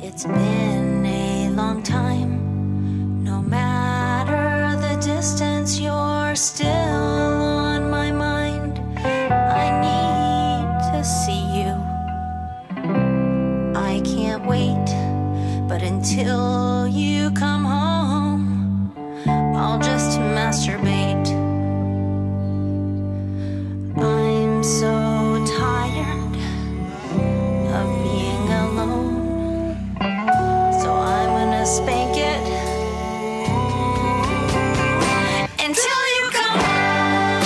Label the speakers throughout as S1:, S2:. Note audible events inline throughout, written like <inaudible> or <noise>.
S1: It's been a long time. No matter the distance, you're still on my mind. I need to see you. I can't wait, but until you come home, I'll just masturbate. I'm so tired of being alone. So I'm gonna spank it until you come home.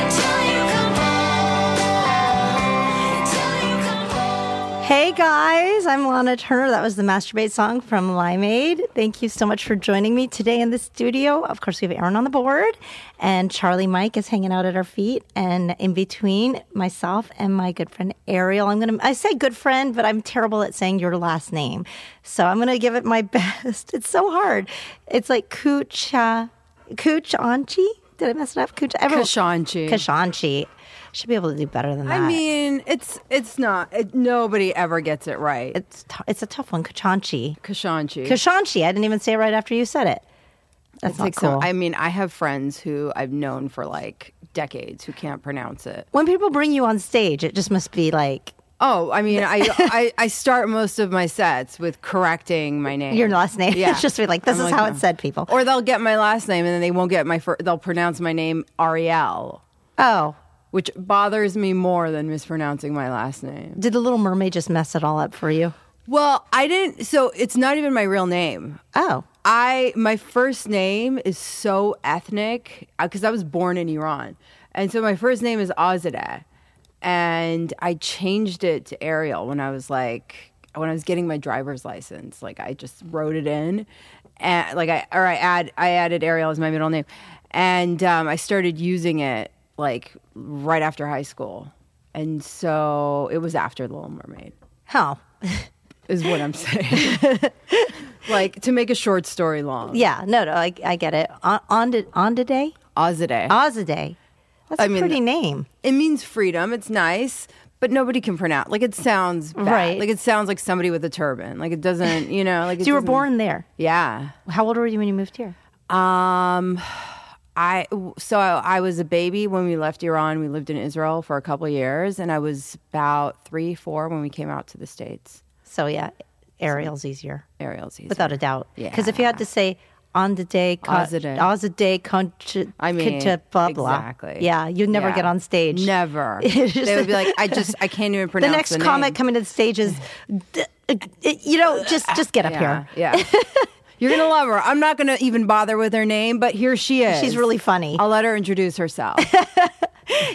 S1: Until you come home. Until you come home.
S2: Hey guys, I'm Lana Turner. That was the Masturbate song from Limeade. Thank you so much for joining me today in the studio. Of course, we have Aaron on the board, and Charlie Mike is hanging out at our feet. And in between, myself and my good friend Ariel. I'm gonna I say good friend, but I'm terrible at saying your last name, so I'm gonna give it my <laughs> best. It's so hard. It's like Kucha Kuchanchi. Did I mess it up? Kuch everyone-
S3: Kashanchi.
S2: Kashanchi. Should be able to do better than that.
S3: I mean, it's it's not. It, nobody ever gets it right.
S2: it's t- it's a tough one. Kachanchi.
S3: Kashanchi.
S2: Kashanchi. I didn't even say it right after you said it. That's
S3: It's
S2: not
S3: like
S2: cool.
S3: so. I mean, I have friends who I've known for like decades who can't pronounce it.
S2: when people bring you on stage, it just must be like
S3: Oh, I mean,
S2: <laughs>
S3: I, I I start most of my sets with correcting my name,
S2: your last name. <laughs>
S3: Yeah.
S2: it's just be like this
S3: I'm
S2: is how
S3: no.
S2: it's said, people.
S3: Or they'll get my last name and then they won't get my first. They'll pronounce my name Ariel,
S2: oh,
S3: which bothers me more than mispronouncing my last name.
S2: did the Little Mermaid just mess it all up for you?
S3: Well, I didn't. So it's not even my real name.
S2: Oh,
S3: I my first name is so ethnic because I was born in Iran, and so my first name is Azadeh, and I changed it to Ariel when I was like when I was getting my driver's license. Like I just wrote it in, and like I or I add I added Ariel as my middle name, and um, I started using it like right after high school, and so it was after The Little Mermaid
S2: how?
S3: is what I'm saying. <laughs> like to make a short story long.
S2: yeah, no, no, I, I get it. On on to, on today,
S3: Azadeh.
S2: Ozaday. That's a
S3: I mean-
S2: pretty name.
S3: it means freedom. It's nice, but nobody can pronounce. Like it sounds bad.
S2: Right.
S3: Like it sounds like somebody with a turban. Like it doesn't. You know. Like it
S2: So <laughs> you were
S3: doesn't-
S2: born there.
S3: Yeah.
S2: How old were you when you moved here?
S3: Um. I so I, I was a baby when we left Iran. We lived in Israel for a couple of years, and I was about three, four when we came out to the states.
S2: So yeah, Ariel's easier.
S3: Ariel's easier.
S2: Without a doubt. Because if you had to say on the day,
S3: As the day.
S2: on the day, contra,
S3: I mean,
S2: blah, blah.
S3: exactly.
S2: Yeah, you'd never
S3: Yeah.
S2: get on stage. <laughs>
S3: Never. they would be like, I just I can't even
S2: The
S3: pronounce
S2: next
S3: name.
S2: comic coming to the stage
S3: <laughs>
S2: is, d- uh, you know, just just get up
S3: Yeah,
S2: here.
S3: yeah. You're gonna love her. I'm not gonna even bother with her name, but here she is.
S2: She's really funny.
S3: I'll let her
S2: <laughs>
S3: introduce herself.
S2: yeah,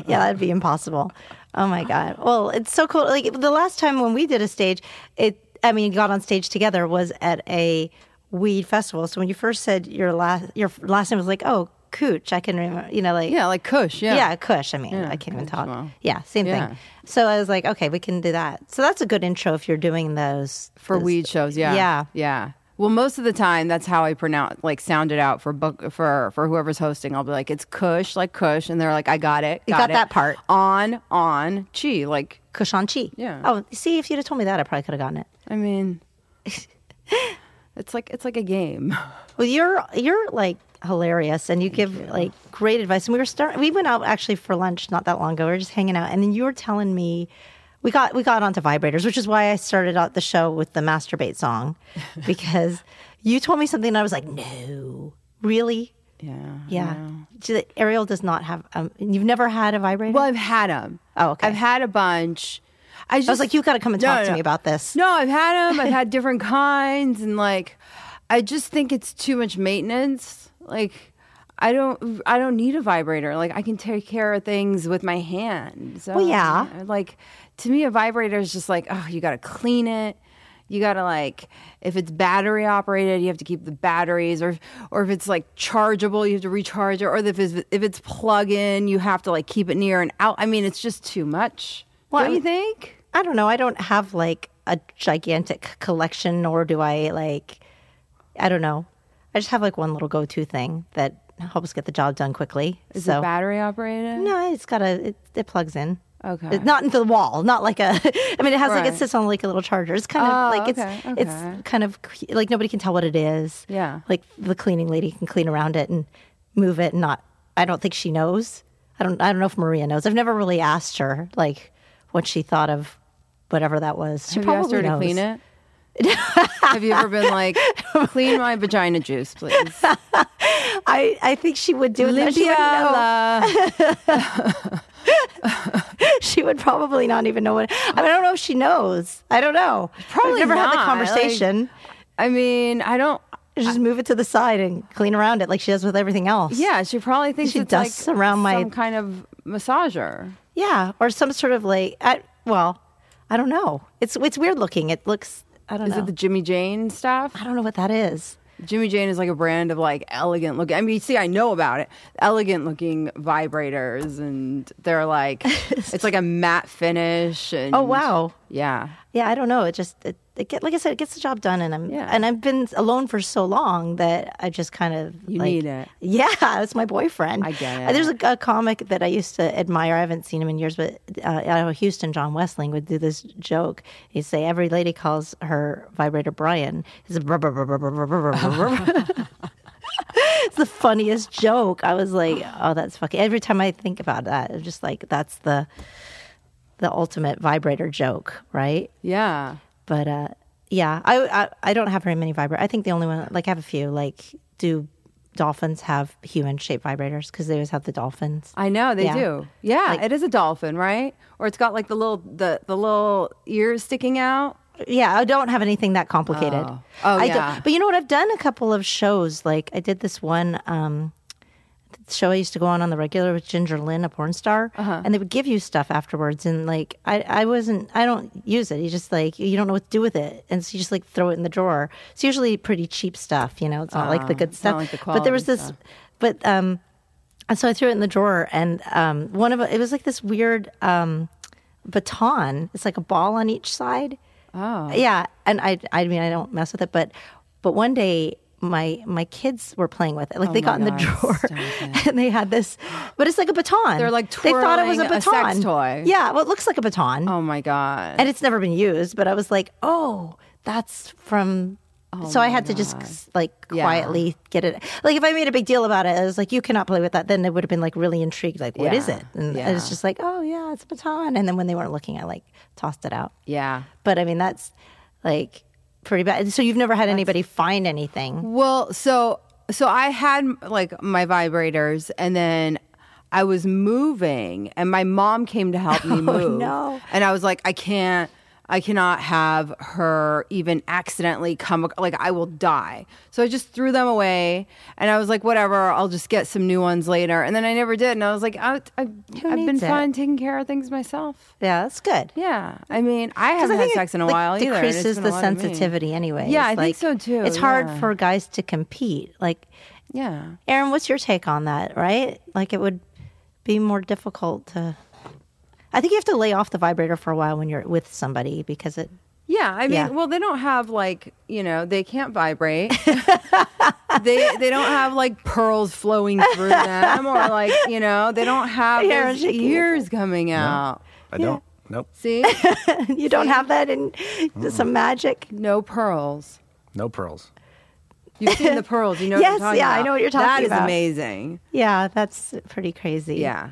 S2: that'd be impossible. Oh my god. Well, it's so cool. Like the last time when we did a stage, it I mean, got on stage together was at a weed festival. So when you first said your last your last name was like, oh, Cooch, I can remember. You know, like
S3: yeah, like Kush. Yeah.
S2: Yeah, Kush. I mean, I can't even talk. Yeah, same
S3: Yeah.
S2: thing. So I was like, okay, we can do that. So that's a good intro if you're doing those
S3: For
S2: those-
S3: weed shows. Yeah.
S2: Yeah.
S3: Yeah. Well, most of the time, that's how I pronounce, like, sound it out for book for for whoever's hosting. I'll be like, "It's Kush, like Kush," and they're like, "I got it,
S2: You got
S3: it.
S2: that part.
S3: On, on, chi, like,
S2: Kushanchi.
S3: Yeah.
S2: Oh, see, if you'd have told me that, I probably could have gotten it.
S3: I mean, it's like it's like a game. <laughs>
S2: Well, you're you're like hilarious, and you give like great advice. And we were start. We went out actually for lunch not that long ago. We were just hanging out, and then you were telling me. We got we got onto vibrators, which is why I started out the show with the masturbate song,
S3: <laughs>
S2: because you told me something, and I was like, "No, really?
S3: Yeah.
S2: Yeah. Do they- Ariel does not have. Um, you've never had a vibrator.
S3: Well, I've had them.
S2: Oh, okay.
S3: I've had a bunch. I, just,
S2: I was like, you've got to come and
S3: No,
S2: talk
S3: no,
S2: to
S3: no.
S2: me about this.
S3: No, I've had them. I've had different kinds, and like, I just think it's too much maintenance. Like, I don't, I don't need a vibrator. Like, I can take care of things with my hand. So,
S2: Well, yeah.
S3: Like, to me, a vibrator is just like, oh, you got to clean it. You gotta like, if it's battery operated, you have to keep the batteries, or or if it's like chargeable, you have to recharge it, or if it's if it's plug in, you have to like keep it near and out. I mean, it's just too much.
S2: Well,
S3: don't you
S2: I'm-
S3: think?
S2: I don't know. I don't have like a gigantic collection, nor do I like. I don't know. I just have like one little go-to thing that helps get the job done quickly.
S3: Is
S2: so
S3: it battery operated?
S2: no, it's got a. It, it plugs in.
S3: Okay.
S2: It's not into the wall, not like a. <laughs> I mean, it has like
S3: Right.
S2: it sits on like a little charger. It's kind of
S3: Oh,
S2: like it's
S3: okay, okay.
S2: it's kind of cre- like nobody can tell what it is.
S3: Yeah.
S2: like the cleaning lady can clean around it and move it. And not, I don't think she knows. I don't. I don't know if Maria knows. I've never really asked her like what she thought of whatever that was. She
S3: Have you
S2: probably
S3: asked her to
S2: knows.
S3: clean
S2: <laughs>
S3: it? Have you ever been like, clean my vagina juice,
S2: <laughs>
S3: please?
S2: I, I think she would do it. No, She
S3: Olympia,
S2: would, know.
S3: la-
S2: she would probably not even know what. I, mean, I don't know if she knows. I don't know.
S3: Probably
S2: I've never had the
S3: not, like-
S2: conversation.
S3: I mean, I don't.
S2: just move it to the side and clean around it like she does with everything else.
S3: Yeah, she probably thinks
S2: She
S3: it's
S2: dusts
S3: like
S2: around
S3: some
S2: my-
S3: kind of massager.
S2: Yeah, or some sort of like I, well, I don't know. It's it's weird looking. It looks I don't
S3: Is
S2: know.
S3: it the Jimmy Jane stuff?
S2: I don't know what that is.
S3: Jimmy Jane is like a brand of like elegant looking. I mean, see, I know about it. Elegant looking vibrators, and
S2: <laughs>
S3: they're like, it's like a matte finish. And
S2: Oh wow.
S3: yeah.
S2: Yeah, I don't know. It just it, it get like I said, it gets the job done and I'm
S3: Yeah.
S2: and I've been alone for so long that I just kind of
S3: You
S2: like-
S3: need it.
S2: Yeah, it's my boyfriend.
S3: I get
S2: Uh, There's a, a comic that I used to admire. I haven't seen him in years, but uh, out of Houston, John Westling would do this joke. He'd say every lady calls her vibrator Brian. It's a brr, brr, brr, brr, brr, brr, brr, brr, brr.
S3: <laughs>
S2: It's the funniest joke. I was like, oh, that's fucking. Every time I think about that, I'm just like, that's the the ultimate vibrator joke, right?
S3: Yeah.
S2: but uh yeah i i, I don't have very many vibrators i think the only one like i have a few like do dolphins have human shaped vibrators because they always have the dolphins
S3: I know they
S2: Yeah.
S3: do. Yeah,
S2: Like-
S3: it is a dolphin, right? Or it's got like the little the the little ears sticking out.
S2: yeah i don't have anything that complicated
S3: Oh. Oh,
S2: I
S3: yeah.
S2: but you know what i've done a couple of shows like i did this one um show I used to go on on the regular with Ginger Lynn, a porn star,
S3: Uh-huh.
S2: and they would give you stuff afterwards. And like, I, I wasn't, I don't use it. You just like, you don't know what to do with it, and so you just like throw it in the drawer. It's usually pretty cheap stuff, you know. It's not like the good
S3: it's Ah, not
S2: stuff.
S3: like the
S2: but there was
S3: quality
S2: this, but um, and so I threw it in the drawer, and um, one of it was like this weird um baton. It's like a ball on each side.
S3: Oh.
S2: Yeah, and I I mean I don't mess with it, but but one day my my kids were playing with it. Like they
S3: Oh my
S2: got in
S3: God,
S2: the drawer <laughs>
S3: stop
S2: and they had this, but it's like a baton.
S3: They're, like,
S2: they thought it was a
S3: twirling a
S2: baton
S3: sex toy.
S2: Yeah, well it looks like a baton,
S3: Oh my god.
S2: and it's never been used. But I was like, oh, that's from. so I had to just like
S3: Oh Yeah.
S2: quietly get it. Like if I made a big deal about it, I was like, "You cannot play with that." Then they would have been like really intrigued, like, "What is
S3: Yeah.
S2: it?" And I
S3: Yeah.
S2: was just like, "Oh yeah, it's a baton." And then when they weren't looking, I like tossed it out.
S3: yeah.
S2: But I mean, that's like pretty bad. So you've never had anybody find anything.
S3: Well, so so I had like my vibrators, and then I was moving, and my mom came to help
S2: <laughs>
S3: me move.
S2: Oh, no.
S3: And I was like, I can't, I cannot have her even accidentally come. ac- Like I will die. So I just threw them away, and I was like, whatever, I'll just get some new ones later. And then I never did, and I was like, I, I, I've been
S2: needs it?
S3: fine taking care of things myself.
S2: Yeah, that's good.
S3: Yeah, I mean, I haven't had sex in a
S2: like,
S3: while either. and it's
S2: decreases
S3: been a
S2: the
S3: lot of me.
S2: sensitivity anyway.
S3: Yeah, I think so, too.
S2: It's hard
S3: Yeah.
S2: for guys to compete. Like,
S3: Yeah.
S2: Aaron, what's your take on that? Right? Like, it would be more difficult to. I think you have to lay off the vibrator for a while when you're with somebody because it. <laughs>
S3: Yeah, I mean,
S2: Yeah.
S3: well, they don't have like you know they can't
S2: <laughs>
S3: vibrate. they they don't have like pearls flowing through them, or like you know they don't have
S2: Yeah,
S3: those
S2: shaking your
S3: ears coming out.
S4: I don't. Nope.
S3: See,
S2: you don't have that in
S3: Mm.
S2: some magic.
S3: no pearls.
S4: No pearls.
S3: You've seen the pearls. You
S2: <laughs>
S3: know.
S2: Yes,
S3: what I'm talking
S2: yeah, I
S3: about.
S2: know what you're talking about.
S3: That is amazing.
S2: Yeah, that's pretty crazy.
S3: Yeah.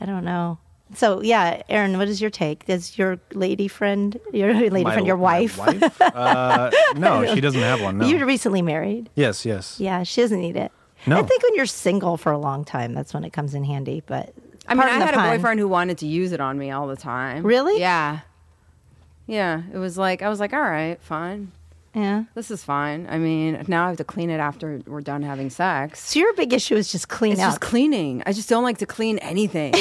S2: I don't know. So yeah, Erin, what is your take? Does your lady friend, your <laughs> lady
S4: My-
S2: friend, your
S4: my
S2: wife,
S4: wife? Uh, no, she doesn't
S2: <laughs>
S4: have one. No.
S2: you're recently married?
S4: yes, yes.
S2: Yeah, she doesn't need it.
S4: No.
S2: I think when you're single for a long time, that's when it comes in handy. But
S3: I mean, I
S2: pardon the
S3: had a
S2: pun.
S3: boyfriend who wanted to use it on me all the time.
S2: Really?
S3: Yeah. Yeah. It was like I was like, all right, fine.
S2: Yeah.
S3: This is fine. I mean, now I have to clean it after we're done having sex.
S2: So your big issue is just clean
S3: It's
S2: up.
S3: just cleaning. I just don't like to
S2: <laughs>
S3: clean anything.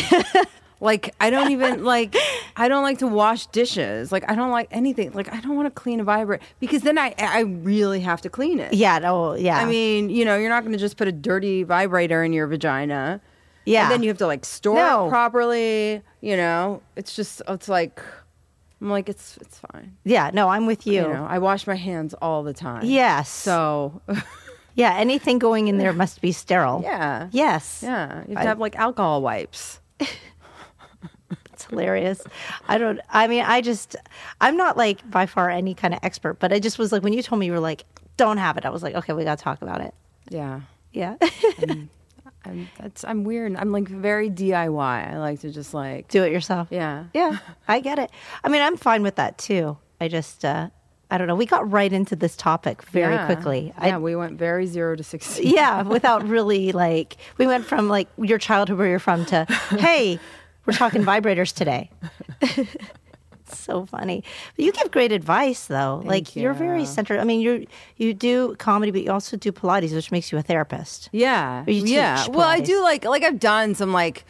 S3: like I don't even like I don't like to wash dishes. Like I don't like anything. Like I don't want to clean a vibrator because then I I really have to clean it.
S2: yeah. No. Yeah.
S3: I mean, you know, you're not going to just put a dirty vibrator in your vagina.
S2: Yeah.
S3: And then you have to like store
S2: No.
S3: it properly, you know. It's just it's like I'm like it's it's fine.
S2: yeah. No, I'm with you.
S3: You know, I wash my hands all the time.
S2: Yes.
S3: So, <laughs>
S2: yeah. Anything going in there must be sterile.
S3: yeah.
S2: Yes.
S3: Yeah. You have to have like alcohol wipes.
S2: It's hilarious. I don't. I mean, I just. I'm not like by far any kind of expert, but I just was like when you told me you were like, don't have it. I was like, okay, we got to talk about it.
S3: Yeah.
S2: Yeah.
S3: I'm, that's I'm weird. I'm like very DIY. I like to just
S2: <laughs>
S3: like
S2: Do it yourself.
S3: yeah.
S2: Yeah, I get it. I mean, I'm fine with that too. I just, uh, I don't know. We got right into this topic very
S3: Yeah.
S2: quickly. I,
S3: Yeah, we went very zero to sixty.
S2: yeah, without really like, we went from like your childhood where you're from to, hey, we're talking vibrators today. <laughs> It's so funny. But you give great advice though. like you. are very
S3: you.
S2: centered. I mean, you you do comedy, but you also do Pilates, which makes you a therapist.
S3: <laughs> Yeah.
S2: Or you
S3: yeah.
S2: teach
S3: Well, I
S2: Pilates.
S3: do like like I've done some like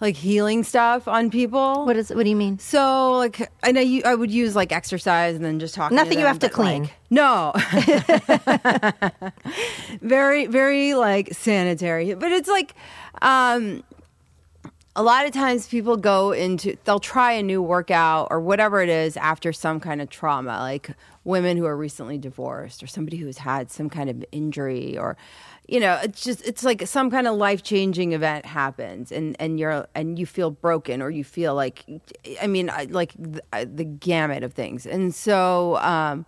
S3: like healing stuff on people.
S2: What is? What do you mean?
S3: so like I know you I would use like exercise and then just talk.
S2: Nothing you
S3: them,
S2: have to
S3: but, like,
S2: clean. <laughs>
S3: no. <laughs> very very like sanitary. But it's like um a lot of times people go into they'll try a new workout or whatever it is after some kind of trauma like women who are recently divorced or somebody who's had some kind of injury or you know it's just it's like some kind of life-changing event happens and and you're and you feel broken or you feel like i mean I, like the, I- the gamut of things and so um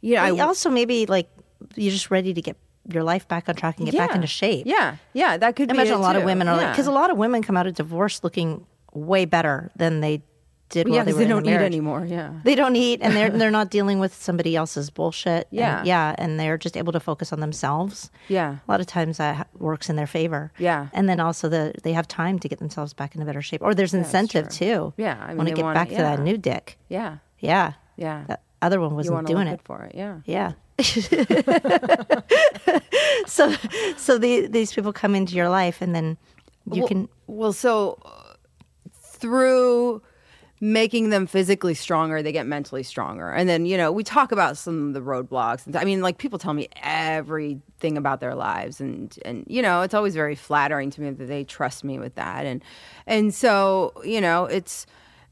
S3: you know
S2: I,
S3: I,
S2: also maybe like you're just ready to get your life back on track and get back
S3: Yeah.
S2: into shape.
S3: yeah yeah that could
S2: I
S3: be
S2: imagine
S3: it,
S2: a lot of
S3: too.
S2: women are like
S3: Yeah.
S2: because a lot of women come out of divorce looking way better than they did
S3: yeah
S2: while they were
S3: 'cause they
S2: in a
S3: don't eat
S2: marriage.
S3: anymore yeah
S2: They don't eat, and they're they're not dealing with somebody else's bullshit. and-
S3: Yeah.
S2: yeah, and they're just able to focus on themselves.
S3: Yeah.
S2: a lot of times that ha- works in their favor.
S3: Yeah.
S2: and then also the they have time to get themselves back into better shape, or there's incentive too.
S3: Yeah, I mean,
S2: want to
S3: they
S2: get
S3: wanna-
S2: back to that
S3: yeah.
S2: new dick.
S3: yeah
S2: Yeah,
S3: Yeah.
S2: That other one
S3: you
S2: wasn't
S3: want to
S2: doing
S3: look
S2: it.
S3: good for it yeah <laughs>
S2: Yeah. <laughs> so so the, these people come into your life and then you
S3: well,
S2: can
S3: well so uh, through making them physically stronger they get mentally stronger and then you know we talk about some of the roadblocks and i mean like people tell me everything about their lives and and you know it's always very flattering to me that they trust me with that and and so you know it's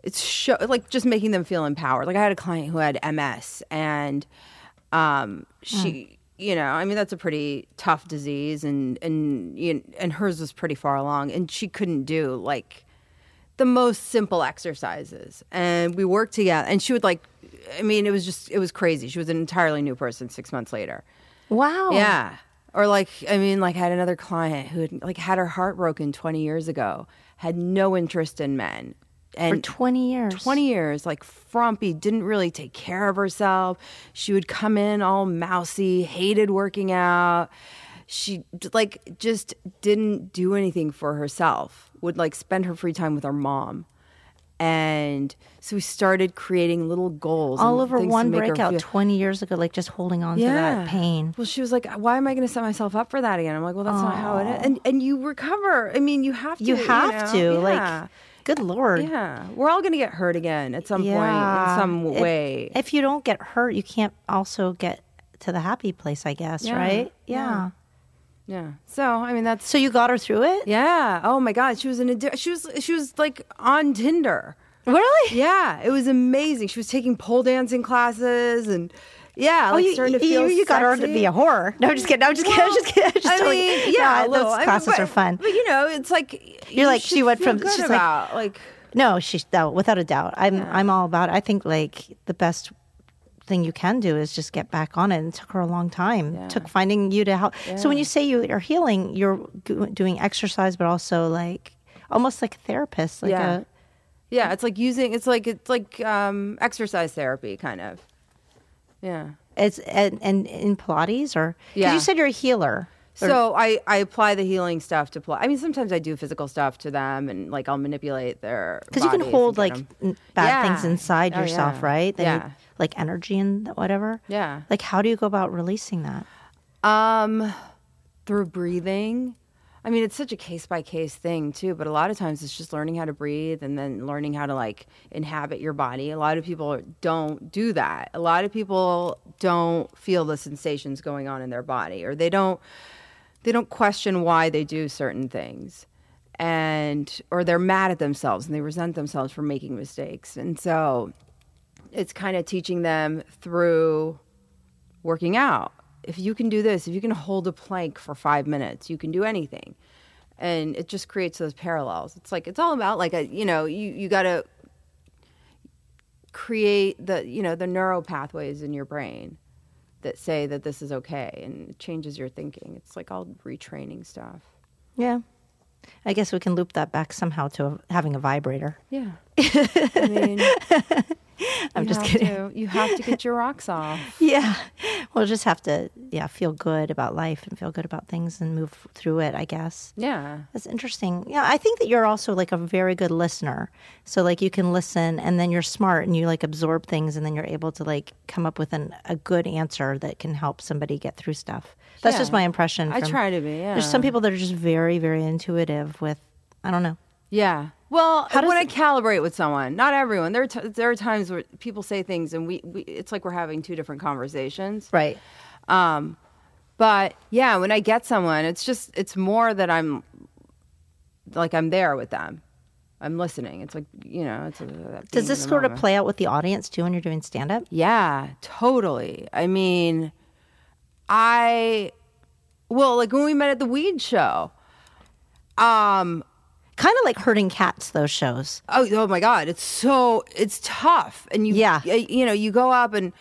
S3: it's show, like just making them feel empowered like i had a client who had ms and um she you know i mean that's a pretty tough disease and and you and hers was pretty far along and she couldn't do like the most simple exercises and we worked together and she would like i mean it was just it was crazy she was an entirely new person 6 months later
S2: wow
S3: yeah. Or like I mean, like I had another client who had like had her heart broken twenty years ago, had no interest in men. And
S2: 20 years.
S3: 20 years, like frumpy, didn't really take care of herself. She would come in all mousy, hated working out. She like just didn't do anything for herself. Would like spend her free time with her mom. And so we started creating little goals
S2: all
S3: and
S2: over
S3: things to
S2: one
S3: make her
S2: breakout
S3: feel-
S2: 20 years ago like just holding on to that pain.
S3: well, she was like, "Why am I going to set myself up for that again?" I'm like, "Well, that's not how it is." And and you recover. I mean, you have to.
S2: You have
S3: know?
S2: to
S3: Yeah.
S2: like good lord.
S3: yeah, we're all going to get hurt again at some point
S2: Yeah.
S3: in some
S2: If-
S3: way.
S2: If you don't get hurt, you can't also get to the happy place, I guess,
S3: Yeah.
S2: right?
S3: Yeah.
S2: Yeah.
S3: yeah. So I mean, that's
S2: So you got her through it?
S3: yeah. Oh my God, she was in a she was she was like on Tinder.
S2: Really?
S3: Yeah, it was amazing. She was taking pole dancing classes and yeah,
S2: Oh,
S3: like
S2: you,
S3: starting to
S2: you-
S3: feel
S2: you got her to
S3: sexy.
S2: <laughs> be a whore. No, I'm just kidding. No, I'm just kidding. I'm just kidding. I'm just
S3: I
S2: totally-
S3: mean,
S2: No,
S3: yeah, a
S2: those
S3: little. I mean,
S2: classes
S3: but-
S2: are fun.
S3: But you know, it's like
S2: You're like,
S3: should
S2: she went
S3: feel
S2: from-
S3: good
S2: she's like-
S3: about, like,
S2: No, she's no, without a doubt. I'm I'm all about. It. I think like the best thing you can do is just get back on it. And it took her a long time. Took finding you to help. So when you say you are healing, you're go- doing exercise, but also like almost like a therapist. Like
S3: yeah,
S2: a,
S3: yeah. It's like using it's like it's like um, exercise therapy kind of. Yeah.
S2: it's and, and in Pilates or because
S3: Yeah.
S2: you said you're a healer.
S3: So I, I apply the healing stuff to pl- I mean sometimes I do physical stuff to them and like I'll manipulate their
S2: Because you can
S3: bodies and
S2: hold
S3: get
S2: like
S3: 'em.
S2: n- bad things
S3: Yeah.
S2: inside
S3: Oh,
S2: yourself,
S3: yeah.
S2: right? That you-
S3: Yeah.
S2: like energy and whatever.
S3: Yeah.
S2: Like, how do you go about releasing that?
S3: Um, through breathing. I mean, it's such a case by case thing too, but a lot of times it's just learning how to breathe and then learning how to like inhabit your body. A lot of people don't do that. A lot of people don't feel the sensations going on in their body or they don't they don't question why they do certain things. And or they're mad at themselves and they resent themselves for making mistakes. And so it's kind of teaching them through working out. If you can do this, if you can hold a plank for five minutes, you can do anything. and it just creates those parallels. It's like it's all about like a you know you you got to create the you know the neural pathways in your brain that say that this is okay and it changes your thinking. It's like all retraining stuff.
S2: Yeah. I guess we can loop that back somehow to a, having a vibrator.
S3: <laughs> Yeah. I mean,
S2: I'm
S3: you
S2: just
S3: have
S2: kidding.
S3: to- you have to get your rocks off.
S2: Yeah. <laughs> We'll just have to, yeah, feel good about life and feel good about things and move through it, I guess.
S3: <laughs> Yeah.
S2: That's interesting. Yeah, I think that you're also like a very good listener. So like you can listen and then you're smart and you like absorb things and then you're able to like come up with an, a good answer that can help somebody get through stuff. That's
S3: Yeah.
S2: just my impression.
S3: I
S2: from-
S3: try to be,
S2: There's some
S3: yeah.
S2: people that are just very, very intuitive with, I don't know.
S3: Yeah. Well,
S2: How does
S3: when I
S2: it-
S3: calibrate with someone, not everyone. There are t- there are times where people say things, and we, we it's like we're having two different conversations.
S2: Right.
S3: Um, but yeah, when I get someone, it's just it's more that I'm like I'm there with them. I'm listening. It's like you know. It's a, that being
S2: Does this
S3: in the
S2: sort of
S3: moment.
S2: play out with the audience too when you're doing stand up?
S3: Yeah, totally. I mean, I well, like when we met at the weed show. Um,
S2: Kind of like herding cats, those shows.
S3: oh, oh my god it's so it's tough and you
S2: Yeah.
S3: y- you know you go up and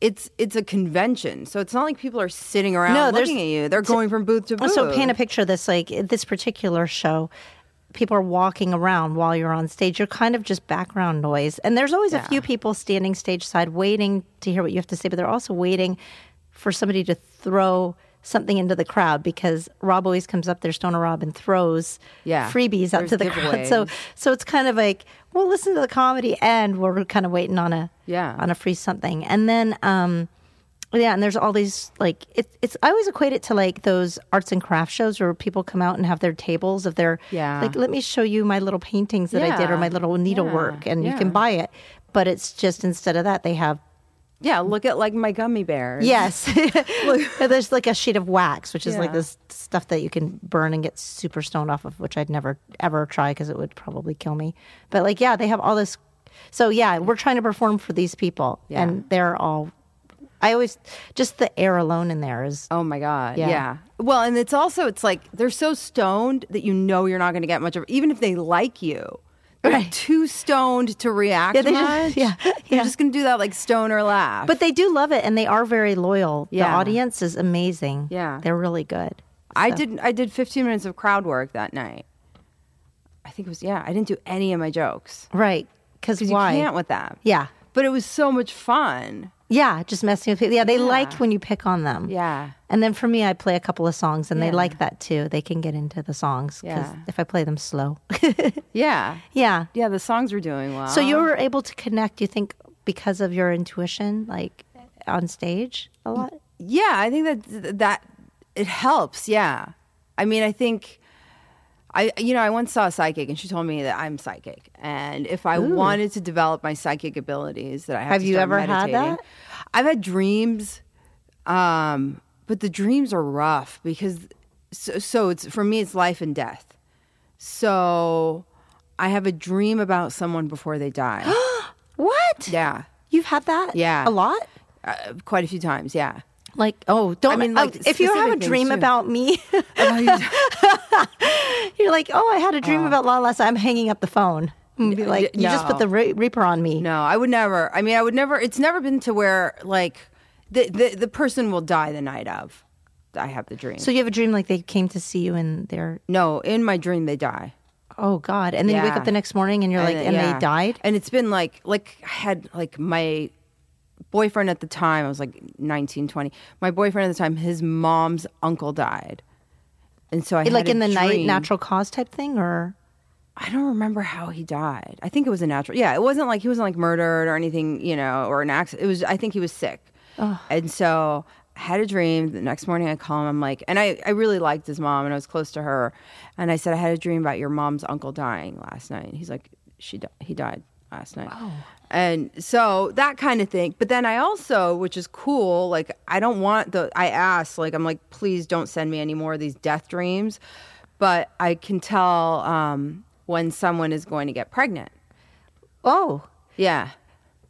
S3: it's it's a convention so it's not like people are sitting around
S2: No, there's-
S3: looking at you they're going from booth to booth
S2: So paint a picture of this like at this particular show people are walking around while you're on stage you're kind of just background noise and there's always a few people standing stage side waiting to hear what you have to say but they're also waiting for somebody to throw something into the crowd because Rob always comes up there Stoner Rob and throws
S3: Yeah.
S2: freebies out
S3: There's
S2: to the <laughs> crowd so
S3: giveaways.
S2: so it's kind of like well listen to the comedy and we're kind of waiting on a
S3: Yeah.
S2: on a free something and then um yeah and there's all these like it, it's i always equate it to like those arts and craft shows where people come out and have their tables of their
S3: Yeah.
S2: like let me show you my little paintings that i did or
S3: Yeah.
S2: my little needlework
S3: Yeah.
S2: and you
S3: Yeah.
S2: can buy it but it's just instead of that they have
S3: yeah look at like my gummy <laughs> bears
S2: yes <laughs> there's like a sheet of wax which is like
S3: Yeah.
S2: this stuff that you can burn and get super stoned off of which i'd never ever try because it would probably kill me but like yeah they have all this so yeah we're trying to perform for these people
S3: Yeah.
S2: and they're all i always just the air alone in there is
S3: oh my god
S2: Yeah.
S3: yeah. well and it's also it's like they're so stoned that you know you're not going to get much of even if they like you they're
S2: Right.
S3: too stoned to react
S2: they just- <laughs>
S3: much.
S2: yeah,
S3: they're
S2: yeah.
S3: just going to do that like stoner laugh
S2: But they do love it, and they are very loyal. The
S3: Yeah.
S2: audience is amazing.
S3: Yeah.
S2: they're really good.
S3: I
S2: So-
S3: did I did 15 minutes of crowd work that night. I think it was yeah. I didn't do any of my jokes
S2: right because
S3: because you
S2: why?
S3: can't with them.
S2: yeah,
S3: but it was so much fun.
S2: yeah, just messing with people. Yeah, they
S3: Yeah.
S2: like when you pick on them.
S3: Yeah,
S2: And then for me, I play a couple of songs, and they
S3: Yeah.
S2: like that too. They can get into the songs 'cause
S3: Yeah.
S2: if I play them slow, <laughs>
S3: yeah,
S2: yeah.
S3: yeah. The songs were doing well.
S2: So you were able to connect. You think because of your intuition, like on stage a lot.
S3: yeah. I think that that it helps. Yeah, I mean, I think. I, you know, I once saw a psychic, and she told me that I'm psychic, and if I wanted to develop my psychic abilities, that I have.
S2: Have
S3: to
S2: you
S3: start
S2: ever had
S3: meditating.
S2: that?
S3: I've had dreams, um, but the dreams are rough because so, so it's for me it's life and death. So I have a dream about someone before
S2: <gasps>
S3: they die.
S2: What?
S3: yeah,
S2: You've had that?
S3: Yeah.
S2: a lot.
S3: uh, quite a few times. Yeah.
S2: Like, oh, don't.
S3: I mean,
S2: oh,
S3: like,
S2: if you have a
S3: specific things,
S2: dream
S3: too.
S2: about me, <laughs> you're like, oh, I had a dream about La La. Sa- I'm hanging up the phone. And be like, you just put
S3: no.
S2: the re- reaper on me.
S3: No, I would never. I mean, I would never. It's never been to where like the the, the person will die the night of. I have the dream.
S2: So you have a dream like they came to see you and they're,
S3: no, in my dream they die.
S2: oh God. And then you wake
S3: Yeah.
S2: up the next morning and you're like, and
S3: yeah.
S2: they died.
S3: And it's been like like I had like my boyfriend at the time, I was like 19, 20. My boyfriend at the time, his mom's uncle died. And so I had
S2: like
S3: a
S2: in the night,
S3: dream.
S2: natural cause type thing, or
S3: I don't remember how he died. I think it was a natural. Yeah, it wasn't like he wasn't like murdered or anything, you know, or an accident. It was. I think he was sick. And so I had a dream. The next morning I call him. I'm like, and I I really liked his mom and I was close to her. And I said I had a dream about your mom's uncle dying last night. And he's like, she di- he died last night. And so that kind of thing. But then I also, which is cool, like I don't want the. I asked, like I'm like, please don't send me any more of these death dreams. But I can tell um, when someone is going to get pregnant.
S2: oh,
S3: Yeah.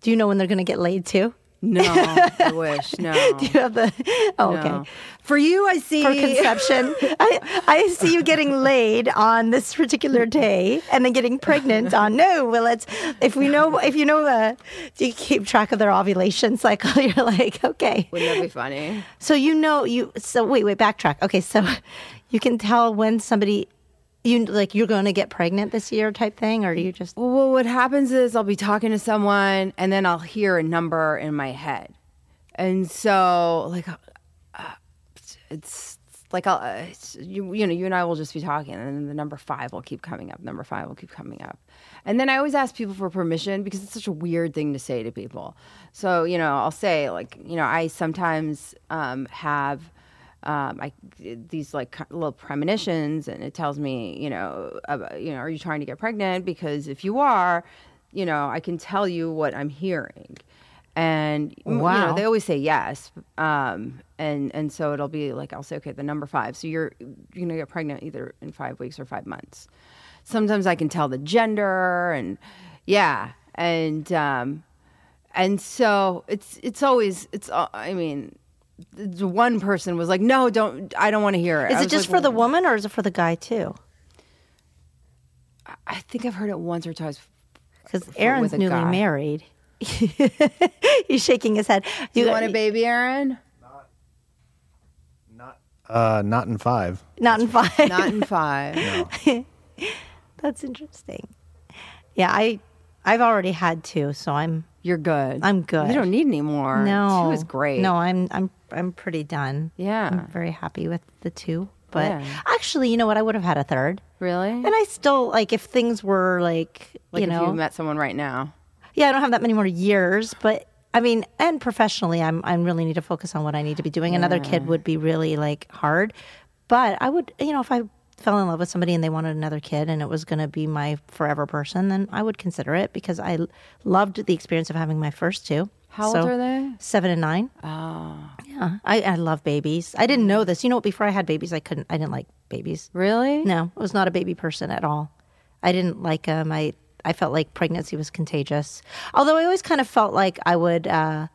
S2: do you know when they're going to get laid too? <laughs>
S3: <laughs> No, I wish. No.
S2: Do you have the? Oh,
S3: no.
S2: okay.
S3: <laughs> For you, I see.
S2: For conception, <laughs> I, I see you getting laid on this particular day, and then getting pregnant on. No, well, it's if we know if you know uh, you keep track of their ovulation cycle. <laughs> You're like, okay,
S3: Wouldn't that be funny?
S2: so you know you. So wait, wait, backtrack. Okay, so <laughs> you can tell when somebody you like you're going to get pregnant this year type thing, or you just
S3: Well, what happens is I'll be talking to someone and then I'll hear a number in my head. And so, like, uh, it's it's like I'll, uh, it's- you, you know, you and I will just be talking and then the number five will keep coming up. Number five will keep coming up. And then I always ask people for permission because it's such a weird thing to say to people. So, you know, I'll say, like, you know, I sometimes um, have um, I these like ki- little premonitions, and it tells me, you know, about, you know, are you trying to get pregnant? Because if you are, you know, I can tell you what I'm hearing. And m- you know,
S2: Wow.
S3: they always say yes, um, and and so it'll be like I'll say, okay, the number five. So you're you're gonna get pregnant either in five weeks or five months. Sometimes I can tell the gender, and yeah, and um, and so it's it's always it's al- I mean th- one person was like no don't I don't want to hear it
S2: is it just for the woman or is it for the guy too?
S3: the I think I've heard it once or twice
S2: Because Aaron's
S3: with a
S2: newly
S3: guy.
S2: married. <laughs> He's shaking his head.
S3: do you want a baby Aaron
S4: Not, uh, not in five.
S2: <laughs> Not in five. <laughs>
S3: <laughs> not in five
S2: That's interesting. Yeah, I I've already had two, so I'm
S3: you're good
S2: I'm good.
S3: you don't need any more
S2: no.
S3: two is great
S2: No, I'm I'm I'm pretty done.
S3: Yeah.
S2: I'm very happy with the two. But
S3: Yeah.
S2: actually, you know what? I would have had a third.
S3: really
S2: And I still like if things were like,
S3: like
S2: you
S3: if
S2: know
S3: you met someone right now
S2: Yeah, I don't have that many more years, but I mean, and professionally, I'm I really need to focus on what I need to be doing. Another kid would be really like hard, but I would, you know, if I fell in love with somebody and they wanted another kid and it was going to be my forever person, then I would consider it because I l- loved the experience of having my first two.
S3: How old are they? Ah.
S2: Seven and nine. Oh, yeah. I, I love babies. I didn't know this. You know, what? before I had babies, I couldn't. I didn't like babies.
S3: really
S2: No, I was not a baby person at all. I didn't like um I I felt like pregnancy was contagious. Although I always kind of felt like I would uh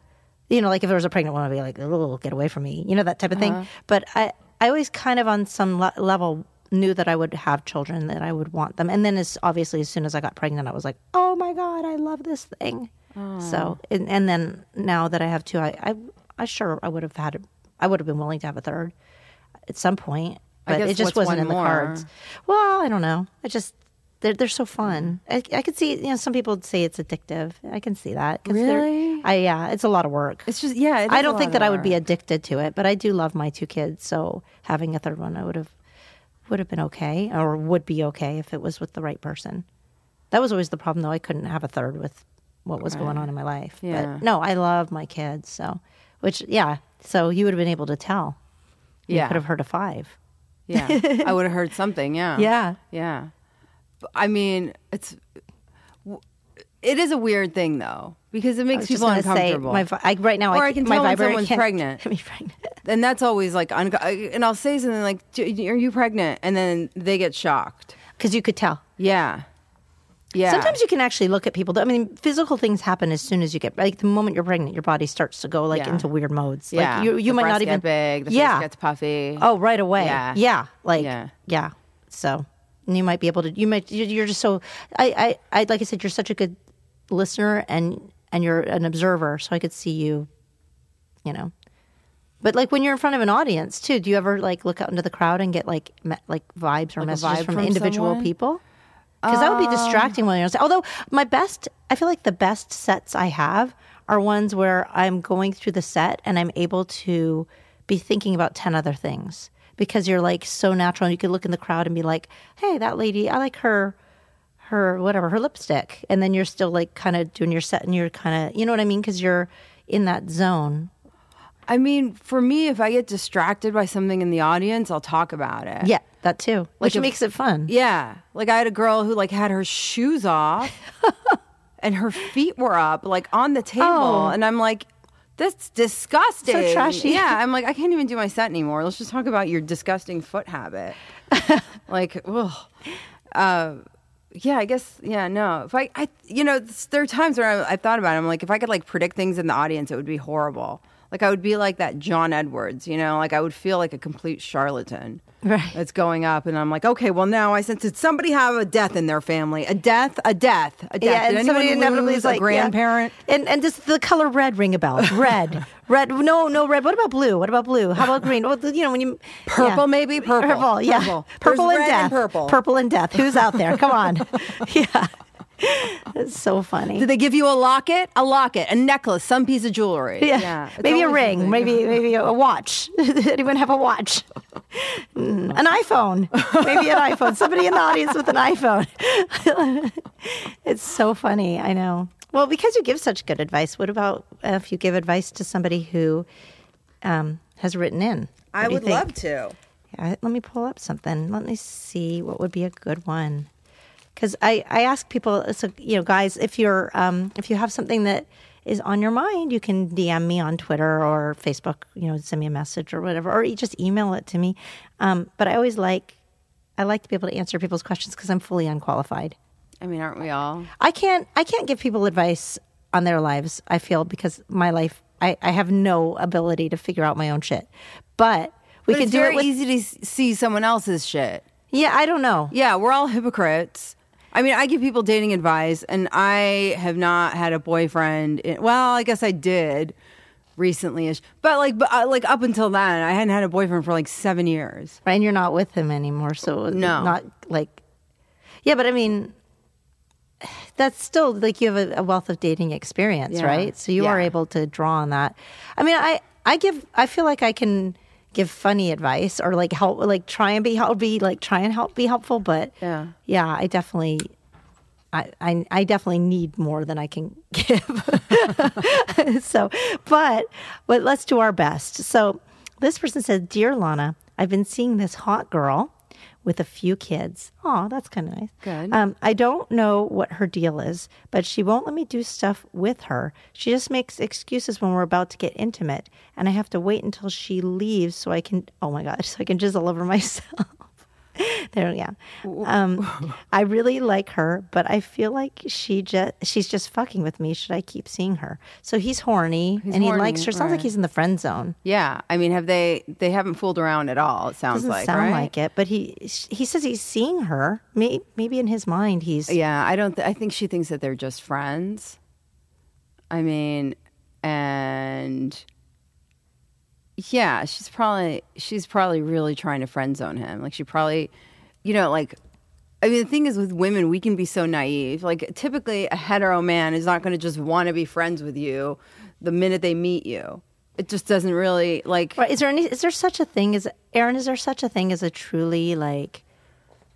S2: you know, like if there was a pregnant woman I'd be like, "Oh, get away from me." You know that type of
S3: Uh-huh.
S2: thing. But I I always kind of on some le- level knew that I would have children, that I would want them. And then as obviously as soon as I got pregnant, I was like, "Oh my god, I love this thing." So, and, and then now that I have two, I I, I sure I would have had I would have been willing to have a third at some point,
S3: I
S2: but
S3: guess
S2: it just
S3: what's
S2: wasn't
S3: one
S2: in the
S3: more?
S2: cards. Well, I don't know. I just they're they're so fun. I, I could see you know some people would say it's addictive. I can see that. 'cause they're-
S3: Really?
S2: I yeah, it's a lot of work.
S3: it's just yeah it
S2: I
S3: is
S2: don't
S3: a
S2: think
S3: lot
S2: that
S3: of
S2: I
S3: <laughs>
S2: would be
S3: work.
S2: addicted to it, but I do love my two kids, so having a third one I would have would have been okay or would be okay if it was with the right person. That was always the problem though. I couldn't have a third with what was going on in my life.
S3: Yeah.
S2: But no, I love my kids, so which yeah, so you would have been able to tell. You
S3: Yeah.
S2: could have heard a five.
S3: yeah I would have heard something yeah
S2: Yeah.
S3: Yeah. B- I mean, it's w- it is a weird thing though because it
S2: I was
S3: makes
S2: just
S3: people
S2: gonna say
S3: uncomfortable.
S2: my vi- I, right now,
S3: Or
S2: I,
S3: I can
S2: my
S3: tell when
S2: vibrator
S3: someone's
S2: can't
S3: pregnant.
S2: <laughs> get me pregnant.
S3: and that's always like unco- I- and I'll say something like, "D- "Are you pregnant?" and then they get shocked.
S2: because you could tell.
S3: Yeah. Yeah.
S2: Sometimes you can actually look at people. though. I mean, physical things happen as soon as you get like the moment you're pregnant, your body starts to go like
S3: Yeah.
S2: into weird modes.
S3: yeah.
S2: Like you, you
S3: The
S2: might
S3: breasts
S2: not
S3: get
S2: even
S3: big. The
S2: yeah.
S3: face gets puffy.
S2: oh, right away.
S3: Yeah.
S2: Like yeah.
S3: Yeah.
S2: So and you might be able to. You might. you- You're just so. I. I. I. Like I said, you're such a good listener and and you're an observer. So I could see you. You know. But like when you're in front of an audience too, do you ever like look out into the crowd and get like me- like vibes or messages
S3: vibe
S2: from,
S3: from
S2: individual
S3: someone?
S2: people? Because that would be distracting when you're. Although my best, I feel like the best sets I have are ones where I'm going through the set and I'm able to be thinking about ten other things because you're like so natural. You could look in the crowd and be like, "Hey, that lady, I like her." her whatever her lipstick and then you're still like kind of doing your set and you're kind of you know what i mean because you're in that zone
S3: I mean, for me, if I get distracted by something in the audience, I'll talk about it.
S2: yeah that too which
S3: if-
S2: makes it fun
S3: Yeah. Like I had a girl who like had her shoes
S2: <laughs>
S3: off and her feet were up like on the table
S2: Oh.
S3: and I'm like that's disgusting.
S2: So trashy.
S3: Yeah, I'm like I can't even do my set anymore. Let's just
S2: <laughs>
S3: talk about your disgusting foot habit. like, ugh. Uh, yeah, I guess. Yeah, no. If I, I, you know, s- there are times where I, I've thought about. It. I'm like, if I could like predict things in the audience, it would be horrible. Like I would be like that John Edwards, you know, like I would feel like a complete charlatan.
S2: Right.
S3: That's going up, and I'm like, okay, well now I sense did somebody have a death in their family? A death, a death, a death. did
S2: and
S3: anyone
S2: somebody inevitably
S3: lose
S2: is
S3: a
S2: like yeah.
S3: grandparent?
S2: And and does the color red ring a
S3: <laughs>
S2: bell? Red, red. No, no red. What about blue? What about blue? How about green? Well, the- you know when you
S3: Purple,
S2: yeah.
S3: maybe? Purple.
S2: Purple, yeah. <laughs> Purple,
S3: Purple. There's
S2: and
S3: red
S2: death.
S3: and purple.
S2: Purple and death. Who's out there? Come
S3: <laughs>
S2: on. <laughs> yeah. It's so funny.
S3: Did they give you a locket? A locket, a necklace, some piece of jewelry?
S2: <laughs> yeah.
S3: it's
S2: maybe a
S3: always
S2: ring.
S3: something.
S2: Maybe maybe <laughs> a watch. Did anyone have a watch? Mm, an iPhone. Maybe an iPhone. Somebody in the audience with an iPhone. <laughs> it's so funny. I know. Well, because you give such good advice, what about if you give advice to somebody who um, has written in?
S3: I
S2: What do you
S3: would
S2: think?
S3: love to.
S2: Yeah, let me pull up something. Let me see what would be a good one. Because I, I ask people, so you know, guys, if you're um, if you have something that is on your mind, you can DM me on Twitter or Facebook. You know, send me a message or whatever, or e- just email it to me. Um, but I always like I like to be able to answer people's questions because I'm fully unqualified.
S3: I mean, aren't we all?
S2: I can't I can't give people advice on their lives, I feel, because my life I, I have no ability to figure out my own shit. But we
S3: But
S2: can
S3: it's
S2: do
S3: very
S2: it with
S3: easy to s- see someone else's shit.
S2: Yeah, I don't know.
S3: Yeah, we're all hypocrites. I mean, I give people dating advice, and I have not had a boyfriend. In, well, I guess I did recently ish, but like, but, uh, like up until then, I hadn't had a boyfriend for like seven years.
S2: Right, and you're not with him anymore, so it's
S3: No.
S2: not like, yeah, but I mean, that's still like you have a, a wealth of dating experience,
S3: Yeah.
S2: right? So you are
S3: Yeah.
S2: able to draw on that. I mean, I I give I feel like I can give funny advice or like help, like try and be help, be like try and help, be helpful, but
S3: Yeah.
S2: yeah, I definitely. I, I, I definitely need more than I can give. <laughs> so, but but let's do our best. So, this person says, "Dear Lana, I've been seeing this hot girl with a few kids. Oh, that's kind of nice.
S3: Good.
S2: Um, I don't know what her deal is, but she won't let me do stuff with her. She just makes excuses when we're about to get intimate, and I have to wait until she leaves so I can. Oh my gosh, <laughs> so I can jizz all over myself." There, yeah.
S3: <laughs>
S2: Um, I really like her, but I feel like she just she's just fucking with me. Should I keep seeing her? So he's horny and he
S3: horny,
S2: likes her. Sounds like
S3: right.
S2: he's in the friend zone.
S3: Yeah, I mean, have they? They haven't fooled around at all. It sounds
S2: Doesn't
S3: like
S2: sound
S3: right?
S2: like it, but he he says he's seeing her. Maybe, maybe in his mind he's
S3: Yeah, I don't. Th- I think she thinks that they're just friends. I mean, and yeah, she's probably she's probably really trying to friend zone him. Like she probably, you know, like I mean, the thing is with women, we can be so naive. Like typically, a hetero man is not going to just want to be friends with you the minute they meet you. It just doesn't really like.
S2: Right. Is there any? Is there such a thing as Aaron? Is there such a thing as a truly like